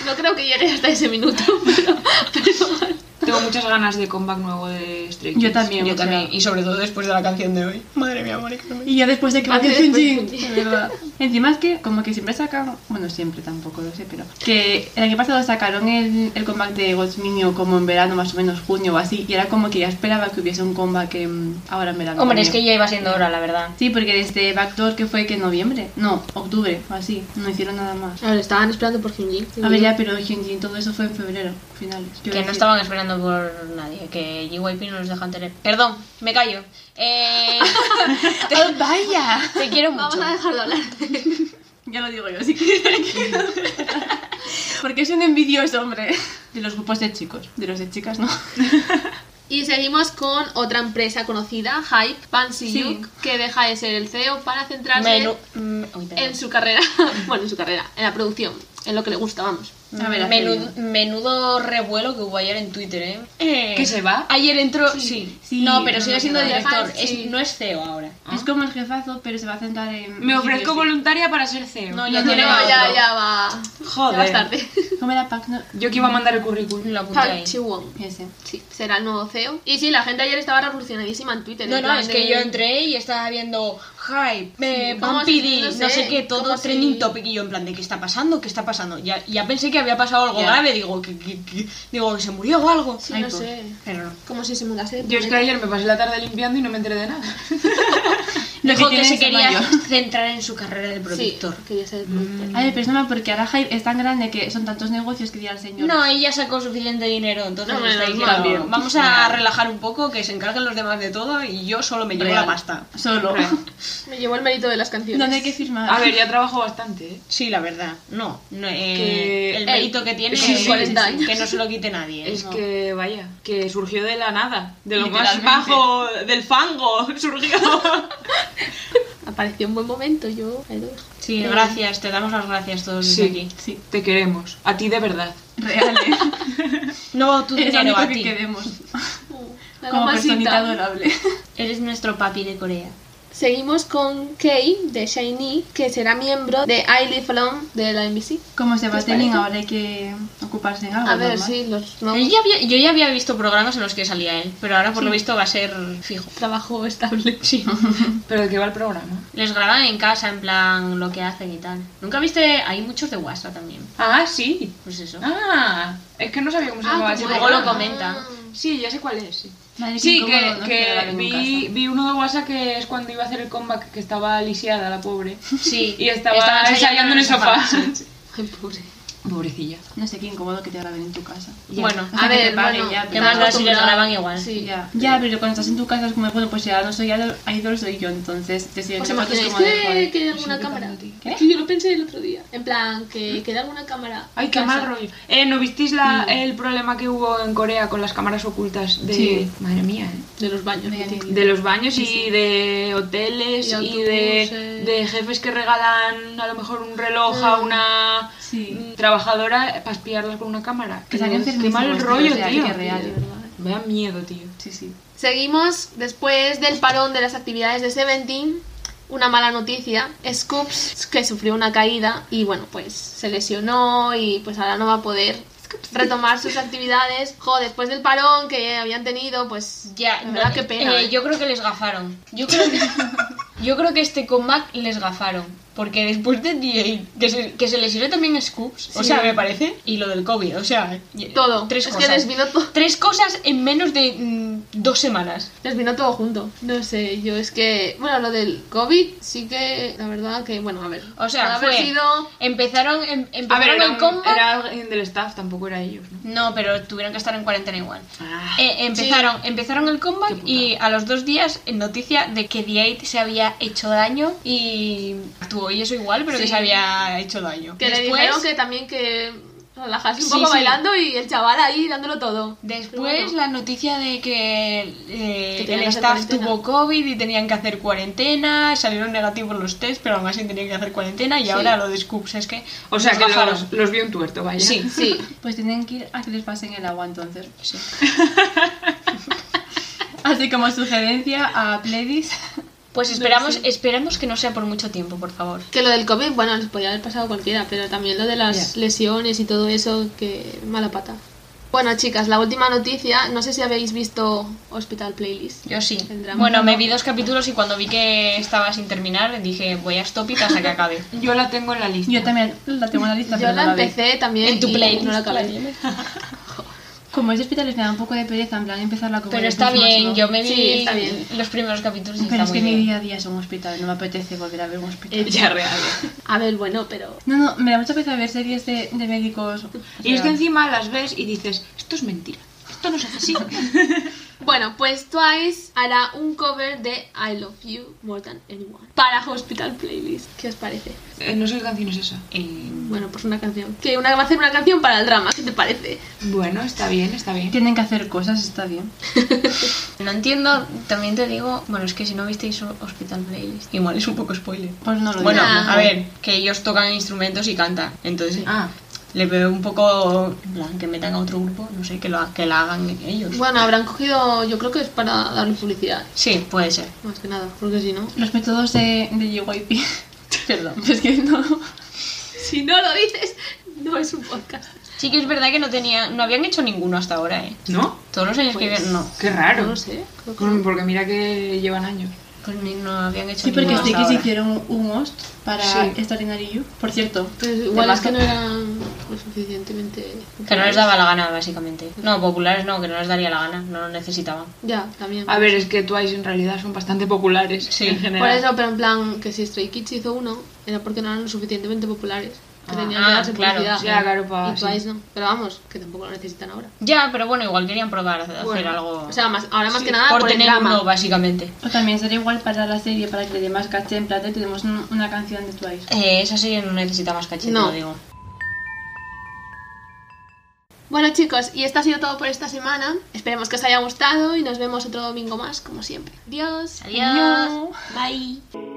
[SPEAKER 5] No creo que llegue hasta ese minuto, *laughs* pero- pero bueno.
[SPEAKER 4] Tengo muchas ganas de comeback nuevo de Stray Kids.
[SPEAKER 3] Yo también.
[SPEAKER 2] Yo
[SPEAKER 3] o sea.
[SPEAKER 2] también, y sobre todo después de la canción de hoy. Madre mía, Mónica.
[SPEAKER 3] Y ya después de que
[SPEAKER 5] Antes,
[SPEAKER 3] baje
[SPEAKER 5] después,
[SPEAKER 3] Hyunjin,
[SPEAKER 5] Hyunjin.
[SPEAKER 3] de verdad. Encima es que como que siempre sacan, bueno siempre tampoco lo sé, pero que el año pasado sacaron el, el comeback de Godsminio como en verano, más o menos junio o así, y era como que ya esperaba que hubiese un comeback em, ahora en verano.
[SPEAKER 2] Hombre, es
[SPEAKER 3] también.
[SPEAKER 2] que ya iba siendo hora, la verdad.
[SPEAKER 3] Sí, porque desde Backdoor que fue que en noviembre, no, octubre o así, no hicieron nada más.
[SPEAKER 5] A ver, estaban esperando por Hyunjin.
[SPEAKER 3] A ver ya, pero Hyunjin todo eso fue en febrero, finales.
[SPEAKER 2] Que
[SPEAKER 3] *laughs*
[SPEAKER 2] no estaban esperando por nadie, que GYP no nos dejan tener. Perdón, me callo. Eh, te, vaya, *laughs* te quiero
[SPEAKER 5] Vamos
[SPEAKER 2] mucho.
[SPEAKER 5] a dejar de hablar.
[SPEAKER 3] Ya lo digo yo, así que tranquilo. Porque es un envidioso, hombre. De los grupos de chicos, de los de chicas, ¿no?
[SPEAKER 5] Y seguimos con otra empresa conocida, Hype, Pan Siyuk,
[SPEAKER 3] Sí.
[SPEAKER 5] que deja de ser el CEO para centrarse
[SPEAKER 2] Menú- mm, uy, perdón.
[SPEAKER 5] en su carrera. *laughs* bueno, en su carrera, en la producción, en lo que le gusta, vamos.
[SPEAKER 3] A ver,
[SPEAKER 2] Menudo,
[SPEAKER 3] hacedlo.
[SPEAKER 2] Mm, menudo revuelo que hubo ayer en Twitter, ¿eh? Eh,
[SPEAKER 4] ¿Que se va?
[SPEAKER 2] Ayer entró. Sí.
[SPEAKER 3] Sí,
[SPEAKER 2] no, pero
[SPEAKER 3] no,
[SPEAKER 2] sigue
[SPEAKER 3] no,
[SPEAKER 2] siendo
[SPEAKER 3] no,
[SPEAKER 2] director.
[SPEAKER 5] deja- sí.
[SPEAKER 2] es- no Ah. es CEO ahora.
[SPEAKER 3] Es como el jefazo, pero se va a centrar en.
[SPEAKER 4] Me ofrezco
[SPEAKER 3] Sí,
[SPEAKER 4] voluntaria para ser E CEO.
[SPEAKER 2] No,
[SPEAKER 3] ya
[SPEAKER 2] ya
[SPEAKER 3] No, tiene
[SPEAKER 2] tiene
[SPEAKER 3] no,
[SPEAKER 5] No, ya,
[SPEAKER 3] otro.
[SPEAKER 5] ya va. Ya vas
[SPEAKER 4] Joder.
[SPEAKER 5] tarde.
[SPEAKER 3] sí. ¿Cómo era Pac? No.
[SPEAKER 4] Yo que iba a mandar el currículum.
[SPEAKER 2] Lo apunté
[SPEAKER 5] Park
[SPEAKER 2] ahí.
[SPEAKER 5] Ji-won.
[SPEAKER 3] Ese.
[SPEAKER 5] Sí, E será el nuevo CEO. Y sí, la gente ayer estaba revolucionadísima en Twitter.
[SPEAKER 2] No,
[SPEAKER 5] en
[SPEAKER 2] no,
[SPEAKER 5] plan
[SPEAKER 2] es
[SPEAKER 5] de-
[SPEAKER 2] que yo entré y estaba viendo hype, eh,
[SPEAKER 5] ¿cómo
[SPEAKER 2] Bon
[SPEAKER 5] así?
[SPEAKER 2] PD,
[SPEAKER 5] No
[SPEAKER 2] no
[SPEAKER 5] sé,
[SPEAKER 2] sé, qué, todo
[SPEAKER 5] ¿cómo
[SPEAKER 2] trending
[SPEAKER 5] así?
[SPEAKER 2] topic y yo en plan de qué está pasando, qué está pasando. Ya, ya pensé que había pasado algo
[SPEAKER 5] Ya.
[SPEAKER 2] grave, digo que, que- que- digo que se murió o algo.
[SPEAKER 5] Sí,
[SPEAKER 2] Ay,
[SPEAKER 5] no
[SPEAKER 2] pues,
[SPEAKER 5] sé.
[SPEAKER 2] Pero no.
[SPEAKER 5] Como si se mudase. de
[SPEAKER 4] Yo es que
[SPEAKER 5] planeta.
[SPEAKER 4] ayer me pasé la tarde limpiando y no me enteré de nada.
[SPEAKER 3] Lo
[SPEAKER 2] Dijo
[SPEAKER 3] que
[SPEAKER 2] que,
[SPEAKER 3] tiene
[SPEAKER 2] se
[SPEAKER 3] ese
[SPEAKER 2] quería
[SPEAKER 3] mayo.
[SPEAKER 2] *laughs* centrar en su carrera de
[SPEAKER 5] Sí,
[SPEAKER 2] productor.
[SPEAKER 5] quería ser productor.
[SPEAKER 3] A ver, pero es normal porque ahora Hype es tan grande que son tantos negocios que dirá el señor.
[SPEAKER 2] No, ella sacó suficiente dinero, entonces
[SPEAKER 5] No,
[SPEAKER 2] está
[SPEAKER 5] menos
[SPEAKER 2] diciendo,
[SPEAKER 5] mal.
[SPEAKER 2] "Bien, vamos a relajar un poco, que se encarguen los demás de todo y yo solo me llevo
[SPEAKER 3] Real.
[SPEAKER 2] la pasta.
[SPEAKER 3] Solo.
[SPEAKER 5] Me llevó el mérito de las
[SPEAKER 3] *laughs*
[SPEAKER 5] canciones.
[SPEAKER 3] ¿Dónde hay que firmar?
[SPEAKER 4] A ver, ya trabajo bastante, ¿eh?
[SPEAKER 2] Sí, la verdad, no. no, eh,
[SPEAKER 4] Que-
[SPEAKER 2] el mérito que tiene
[SPEAKER 4] Sí,
[SPEAKER 2] es
[SPEAKER 4] sí,
[SPEAKER 5] 40 años.
[SPEAKER 2] que no se lo quite nadie.
[SPEAKER 4] Es que, vaya, que surgió de la nada, de lo más
[SPEAKER 3] Literalmente.
[SPEAKER 4] bajo, del fango, *laughs* surgió.
[SPEAKER 5] Apareció un buen momento, yo. Edu.
[SPEAKER 2] Sí, gracias, te damos las gracias todos desde Pues aquí.
[SPEAKER 3] Sí,
[SPEAKER 4] te queremos, a ti de verdad.
[SPEAKER 3] *laughs* real, ¿eh?
[SPEAKER 2] No, tu
[SPEAKER 3] es lo
[SPEAKER 2] dinero a
[SPEAKER 3] único que
[SPEAKER 2] ti.
[SPEAKER 3] queremos.
[SPEAKER 5] La
[SPEAKER 3] Como
[SPEAKER 5] mamacita.
[SPEAKER 3] personita adorable.
[SPEAKER 2] Eres nuestro papi de Corea.
[SPEAKER 5] Seguimos con Kay de Shiny, que será miembro de I Live Alone de la NBC.
[SPEAKER 3] Como se va
[SPEAKER 5] os parece?
[SPEAKER 3] ahora hay que ocuparse en algo.
[SPEAKER 5] A ver,
[SPEAKER 3] Ah, pues normal.
[SPEAKER 5] sí, los no,
[SPEAKER 2] Yo ya, había, yo ya había visto programas en los que salía él, pero ahora por lo visto va a ser fijo.
[SPEAKER 5] trabajo *laughs* estable.
[SPEAKER 2] Sí.
[SPEAKER 4] Pero de qué va el programa.
[SPEAKER 2] Les graban en casa, en plan, lo que hacen y tal. ¿Nunca viste? Hay muchos de WhatsApp también.
[SPEAKER 4] Ah, sí.
[SPEAKER 2] Pues eso.
[SPEAKER 4] Ah, pues es que no sabía cómo se
[SPEAKER 5] Ah,
[SPEAKER 4] llamaba
[SPEAKER 5] como
[SPEAKER 4] ese
[SPEAKER 5] el-
[SPEAKER 2] Luego lo
[SPEAKER 4] programa.
[SPEAKER 2] comenta.
[SPEAKER 4] Sí, ya sé cuál es, sí.
[SPEAKER 3] Madre, qué
[SPEAKER 4] Sí,
[SPEAKER 3] incómodo,
[SPEAKER 4] que,
[SPEAKER 3] ¿no?
[SPEAKER 4] que
[SPEAKER 3] Quedar en
[SPEAKER 4] vi,
[SPEAKER 3] casa.
[SPEAKER 4] vi uno de WhatsApp que es cuando iba a hacer el comeback que estaba lisiada la pobre.
[SPEAKER 2] Sí.
[SPEAKER 4] *laughs* Y estaba
[SPEAKER 2] Estaba
[SPEAKER 4] ensayando en el sofá. *laughs*
[SPEAKER 2] sí.
[SPEAKER 5] Ay, pobre.
[SPEAKER 4] Pobrecilla.
[SPEAKER 3] No sé qué incómodo que te graben en tu casa.
[SPEAKER 2] Bueno,
[SPEAKER 3] Hasta
[SPEAKER 5] A
[SPEAKER 3] que te
[SPEAKER 5] ver,
[SPEAKER 3] paguen
[SPEAKER 5] bueno,
[SPEAKER 3] ya,
[SPEAKER 5] que
[SPEAKER 3] pero-
[SPEAKER 2] más da si les
[SPEAKER 5] acostumbrado.
[SPEAKER 2] graban igual.
[SPEAKER 5] Sí.
[SPEAKER 3] Ya, ya, pero cuando estás en tu casa es como, bueno, pues ya no soy idol, idol soy yo, entonces te siguen
[SPEAKER 5] ¿Os
[SPEAKER 3] llamando, es
[SPEAKER 5] imagináis
[SPEAKER 3] como de,
[SPEAKER 5] que
[SPEAKER 3] joder.
[SPEAKER 5] queda alguna cámara?
[SPEAKER 3] ¿Qué?
[SPEAKER 5] Que Yo lo pensé el otro día. En plan, que queda alguna cámara.
[SPEAKER 4] Ay,
[SPEAKER 5] en
[SPEAKER 4] qué
[SPEAKER 5] casa.
[SPEAKER 4] mal rollo. Eh, ¿no visteis la- el problema que hubo en Corea con las cámaras ocultas de...
[SPEAKER 3] Sí.
[SPEAKER 4] Madre mía, ¿eh?
[SPEAKER 5] De los baños.
[SPEAKER 3] Vean,
[SPEAKER 5] que tiene.
[SPEAKER 4] De los baños y de hoteles
[SPEAKER 5] Y
[SPEAKER 4] y, de,
[SPEAKER 5] autobuses.
[SPEAKER 4] de jefes que regalan a lo mejor un reloj a
[SPEAKER 5] Mm.
[SPEAKER 4] una
[SPEAKER 3] Sí.
[SPEAKER 4] mm, trabajadora para espiarlas con una cámara.
[SPEAKER 3] Que salgan
[SPEAKER 4] Dios, Qué
[SPEAKER 3] enfermísimos,
[SPEAKER 4] mal
[SPEAKER 3] tío,
[SPEAKER 4] rollo,
[SPEAKER 3] o sea,
[SPEAKER 4] tío.
[SPEAKER 3] qué real.
[SPEAKER 5] De verdad. ¿eh?
[SPEAKER 4] Vaya miedo, tío.
[SPEAKER 3] Sí, sí.
[SPEAKER 5] Seguimos después del parón de las actividades de Seventeen. Una mala noticia, Scoops, que sufrió una caída y bueno, pues se lesionó y pues ahora no va a poder retomar *laughs* sus actividades. Jo, después del parón que habían tenido, pues
[SPEAKER 2] Ya,
[SPEAKER 5] La verdad, qué pena,
[SPEAKER 2] eh,
[SPEAKER 5] eh.
[SPEAKER 2] Yo creo que les gafaron. Yo creo
[SPEAKER 5] *laughs*
[SPEAKER 2] que, yo creo que este comeback les gafaron. Porque después de DA, que se, que se lesionó también Scoops, o sea, me parece, y lo del COVID, o sea, y-
[SPEAKER 5] todo.
[SPEAKER 2] Tres
[SPEAKER 5] es
[SPEAKER 2] cosas.
[SPEAKER 5] que desvino, to-
[SPEAKER 2] Tres cosas en menos de mm, dos semanas.
[SPEAKER 5] desvino todo junto. No sé, yo es que, bueno, lo del COVID sí que, la verdad que, bueno, a ver.
[SPEAKER 2] O sea,
[SPEAKER 5] puede haber
[SPEAKER 2] fue-
[SPEAKER 5] sido...
[SPEAKER 2] Empezaron, em-
[SPEAKER 4] A ver,
[SPEAKER 2] empezaron
[SPEAKER 4] era,
[SPEAKER 2] el comeback.
[SPEAKER 4] alguien del staff, tampoco era ellos, ¿no?
[SPEAKER 2] No, pero tuvieron que estar en cuarentena igual. Eh, empezaron, empezaron el
[SPEAKER 4] Qué
[SPEAKER 2] comeback
[SPEAKER 4] putada.
[SPEAKER 2] y a los dos días en noticia de que D8 se había hecho daño y actuó y eso igual, pero que
[SPEAKER 5] Sí.
[SPEAKER 2] se había hecho daño.
[SPEAKER 5] Que le
[SPEAKER 2] Después-
[SPEAKER 5] dijeron que también que relajase un
[SPEAKER 2] Sí,
[SPEAKER 5] poco
[SPEAKER 2] sí.
[SPEAKER 5] bailando y el chaval ahí dándolo todo. Pero
[SPEAKER 2] Después
[SPEAKER 5] bueno.
[SPEAKER 2] la noticia de que, eh,
[SPEAKER 5] Que tenían
[SPEAKER 2] el
[SPEAKER 5] que hacer
[SPEAKER 2] staff
[SPEAKER 5] cuarentena.
[SPEAKER 2] tuvo COVID y tenían que hacer cuarentena, salieron negativos los test, pero aún así tenían que hacer cuarentena y
[SPEAKER 5] Sí.
[SPEAKER 2] ahora lo de Scoops es que...
[SPEAKER 4] O sea,
[SPEAKER 2] nos
[SPEAKER 4] que
[SPEAKER 2] bajaron.
[SPEAKER 4] los, los vio un tuerto, vaya.
[SPEAKER 2] Sí,
[SPEAKER 5] Sí.
[SPEAKER 3] Pues tienen que ir a que les pasen el agua entonces.
[SPEAKER 2] sí.
[SPEAKER 3] Así como sugerencia a Pledis.
[SPEAKER 2] Pues esperamos, esperamos que no sea por mucho tiempo, por favor.
[SPEAKER 5] *laughs* Que lo del COVID, bueno, les podía haber pasado cualquiera, pero también lo de las lesiones y todo eso, que mala pata. Bueno, chicas, la última noticia, no sé si habéis visto Hospital Playlist.
[SPEAKER 2] Yo sí.
[SPEAKER 5] El drama.
[SPEAKER 2] Bueno, me vi dos capítulos y cuando vi que estaba sin terminar dije voy a stop it hasta que *laughs* acabe.
[SPEAKER 4] Yo la tengo en la lista.
[SPEAKER 3] Yo también la tengo en la lista,
[SPEAKER 5] Yo
[SPEAKER 3] pero
[SPEAKER 5] la
[SPEAKER 3] no vi.
[SPEAKER 5] empecé también
[SPEAKER 2] En tu
[SPEAKER 5] y
[SPEAKER 2] playlist,
[SPEAKER 5] no
[SPEAKER 2] la
[SPEAKER 5] la
[SPEAKER 2] *laughs*
[SPEAKER 5] acabé.
[SPEAKER 3] Como este es de hospitales me da un poco de pereza, en plan empezarla como...
[SPEAKER 2] Pero
[SPEAKER 3] de
[SPEAKER 2] está
[SPEAKER 3] plus más,
[SPEAKER 2] bien,
[SPEAKER 3] ¿no?
[SPEAKER 2] yo me vi
[SPEAKER 5] Sí, está bien.
[SPEAKER 2] los primeros capítulos y
[SPEAKER 3] Pero
[SPEAKER 2] está
[SPEAKER 3] es
[SPEAKER 2] muy
[SPEAKER 3] que mi
[SPEAKER 2] bien.
[SPEAKER 3] día a día es un hospital, no me apetece volver a ver un
[SPEAKER 5] Eh.
[SPEAKER 3] hospital.
[SPEAKER 4] Ya, real.
[SPEAKER 5] A ver, bueno, pero...
[SPEAKER 3] No, no, me da mucha pereza ver series de, de médicos. o
[SPEAKER 4] Y es
[SPEAKER 3] sea,
[SPEAKER 4] que encima las ves y dices, esto es mentira. Esto no se hace así. *laughs*
[SPEAKER 5] Bueno, pues Twice hará un cover de I Love You More Than Anyone para Hospital Playlist. ¿Qué os parece?
[SPEAKER 4] Eh, no sé qué canción es esa.
[SPEAKER 2] Eh,
[SPEAKER 5] Bueno, pues una canción. Que una, va a hacer una canción para el drama, ¿qué te parece?
[SPEAKER 4] Bueno, está bien, está bien.
[SPEAKER 3] Tienen que hacer cosas, está bien.
[SPEAKER 2] no entiendo, también te digo, bueno, es que si no visteis Hospital Playlist, igual es un poco spoiler.
[SPEAKER 3] Pues no lo
[SPEAKER 2] Bueno,
[SPEAKER 3] digo.
[SPEAKER 5] Ah.
[SPEAKER 2] a ver, que ellos tocan instrumentos y cantan, entonces
[SPEAKER 4] Ah,
[SPEAKER 2] le veo un poco, en plan, que metan a otro grupo, no sé, que, lo, ha- que la hagan ellos.
[SPEAKER 5] Bueno, habrán cogido, yo creo que es para darle publicidad,
[SPEAKER 2] Sí, puede ser.
[SPEAKER 5] más que nada, porque si no...
[SPEAKER 3] Los métodos de, de JYP. *laughs* Perdón, es que no.
[SPEAKER 5] Si no lo dices, no es un podcast.
[SPEAKER 2] Sí que es verdad que no tenía, no habían hecho ninguno hasta ahora, ¿eh?
[SPEAKER 4] ¿no?
[SPEAKER 2] Todos los años que
[SPEAKER 5] Pues-
[SPEAKER 2] vieron, no.
[SPEAKER 4] Qué raro.
[SPEAKER 5] No lo sé. creo que-
[SPEAKER 4] Porque mira que llevan años.
[SPEAKER 2] Pues ni- no habían hecho
[SPEAKER 3] Sí, porque
[SPEAKER 2] ninguno
[SPEAKER 3] sé
[SPEAKER 2] hasta
[SPEAKER 3] que se
[SPEAKER 2] ahora.
[SPEAKER 3] hicieron un host para
[SPEAKER 4] Sí.
[SPEAKER 3] Extraordinary You. Por cierto,
[SPEAKER 5] Pues igual es
[SPEAKER 2] mazo.
[SPEAKER 5] que no eran lo suficientemente.
[SPEAKER 2] Que no les daba la gana, básicamente. No, populares no, que no les daría la gana, no lo necesitaban.
[SPEAKER 5] Ya, también.
[SPEAKER 4] A ver, es que Twice en realidad son bastante populares
[SPEAKER 2] Sí.
[SPEAKER 4] en general.
[SPEAKER 5] Por eso, pero en plan, que si Stray Kids hizo uno, era porque no eran lo suficientemente populares. Que
[SPEAKER 2] Ah,
[SPEAKER 5] tenían que darse
[SPEAKER 2] claro,
[SPEAKER 5] publicidad.
[SPEAKER 2] sí,
[SPEAKER 4] Ya, claro, pa,
[SPEAKER 5] y
[SPEAKER 4] Ah, sí.
[SPEAKER 5] Twice no. Pero vamos, que tampoco lo necesitan ahora.
[SPEAKER 2] Ya, pero bueno, igual querían probar hacer
[SPEAKER 4] Bueno,
[SPEAKER 2] algo.
[SPEAKER 5] O sea, más, ahora más
[SPEAKER 4] Ah. Sí,
[SPEAKER 5] que nada
[SPEAKER 2] por,
[SPEAKER 5] por, el
[SPEAKER 2] tener
[SPEAKER 5] drama.
[SPEAKER 2] uno, básicamente.
[SPEAKER 3] o también será igual para la serie, para que le dé más caché en plata, tenemos un- una canción de Twice.
[SPEAKER 2] Eh, esa serie no necesita más cachete,
[SPEAKER 5] No.
[SPEAKER 2] lo digo.
[SPEAKER 5] Bueno chicos, y esto ha sido todo por esta semana. Esperemos que os haya gustado y nos vemos otro domingo más, como siempre. Adiós.
[SPEAKER 2] Adiós.
[SPEAKER 5] Bye.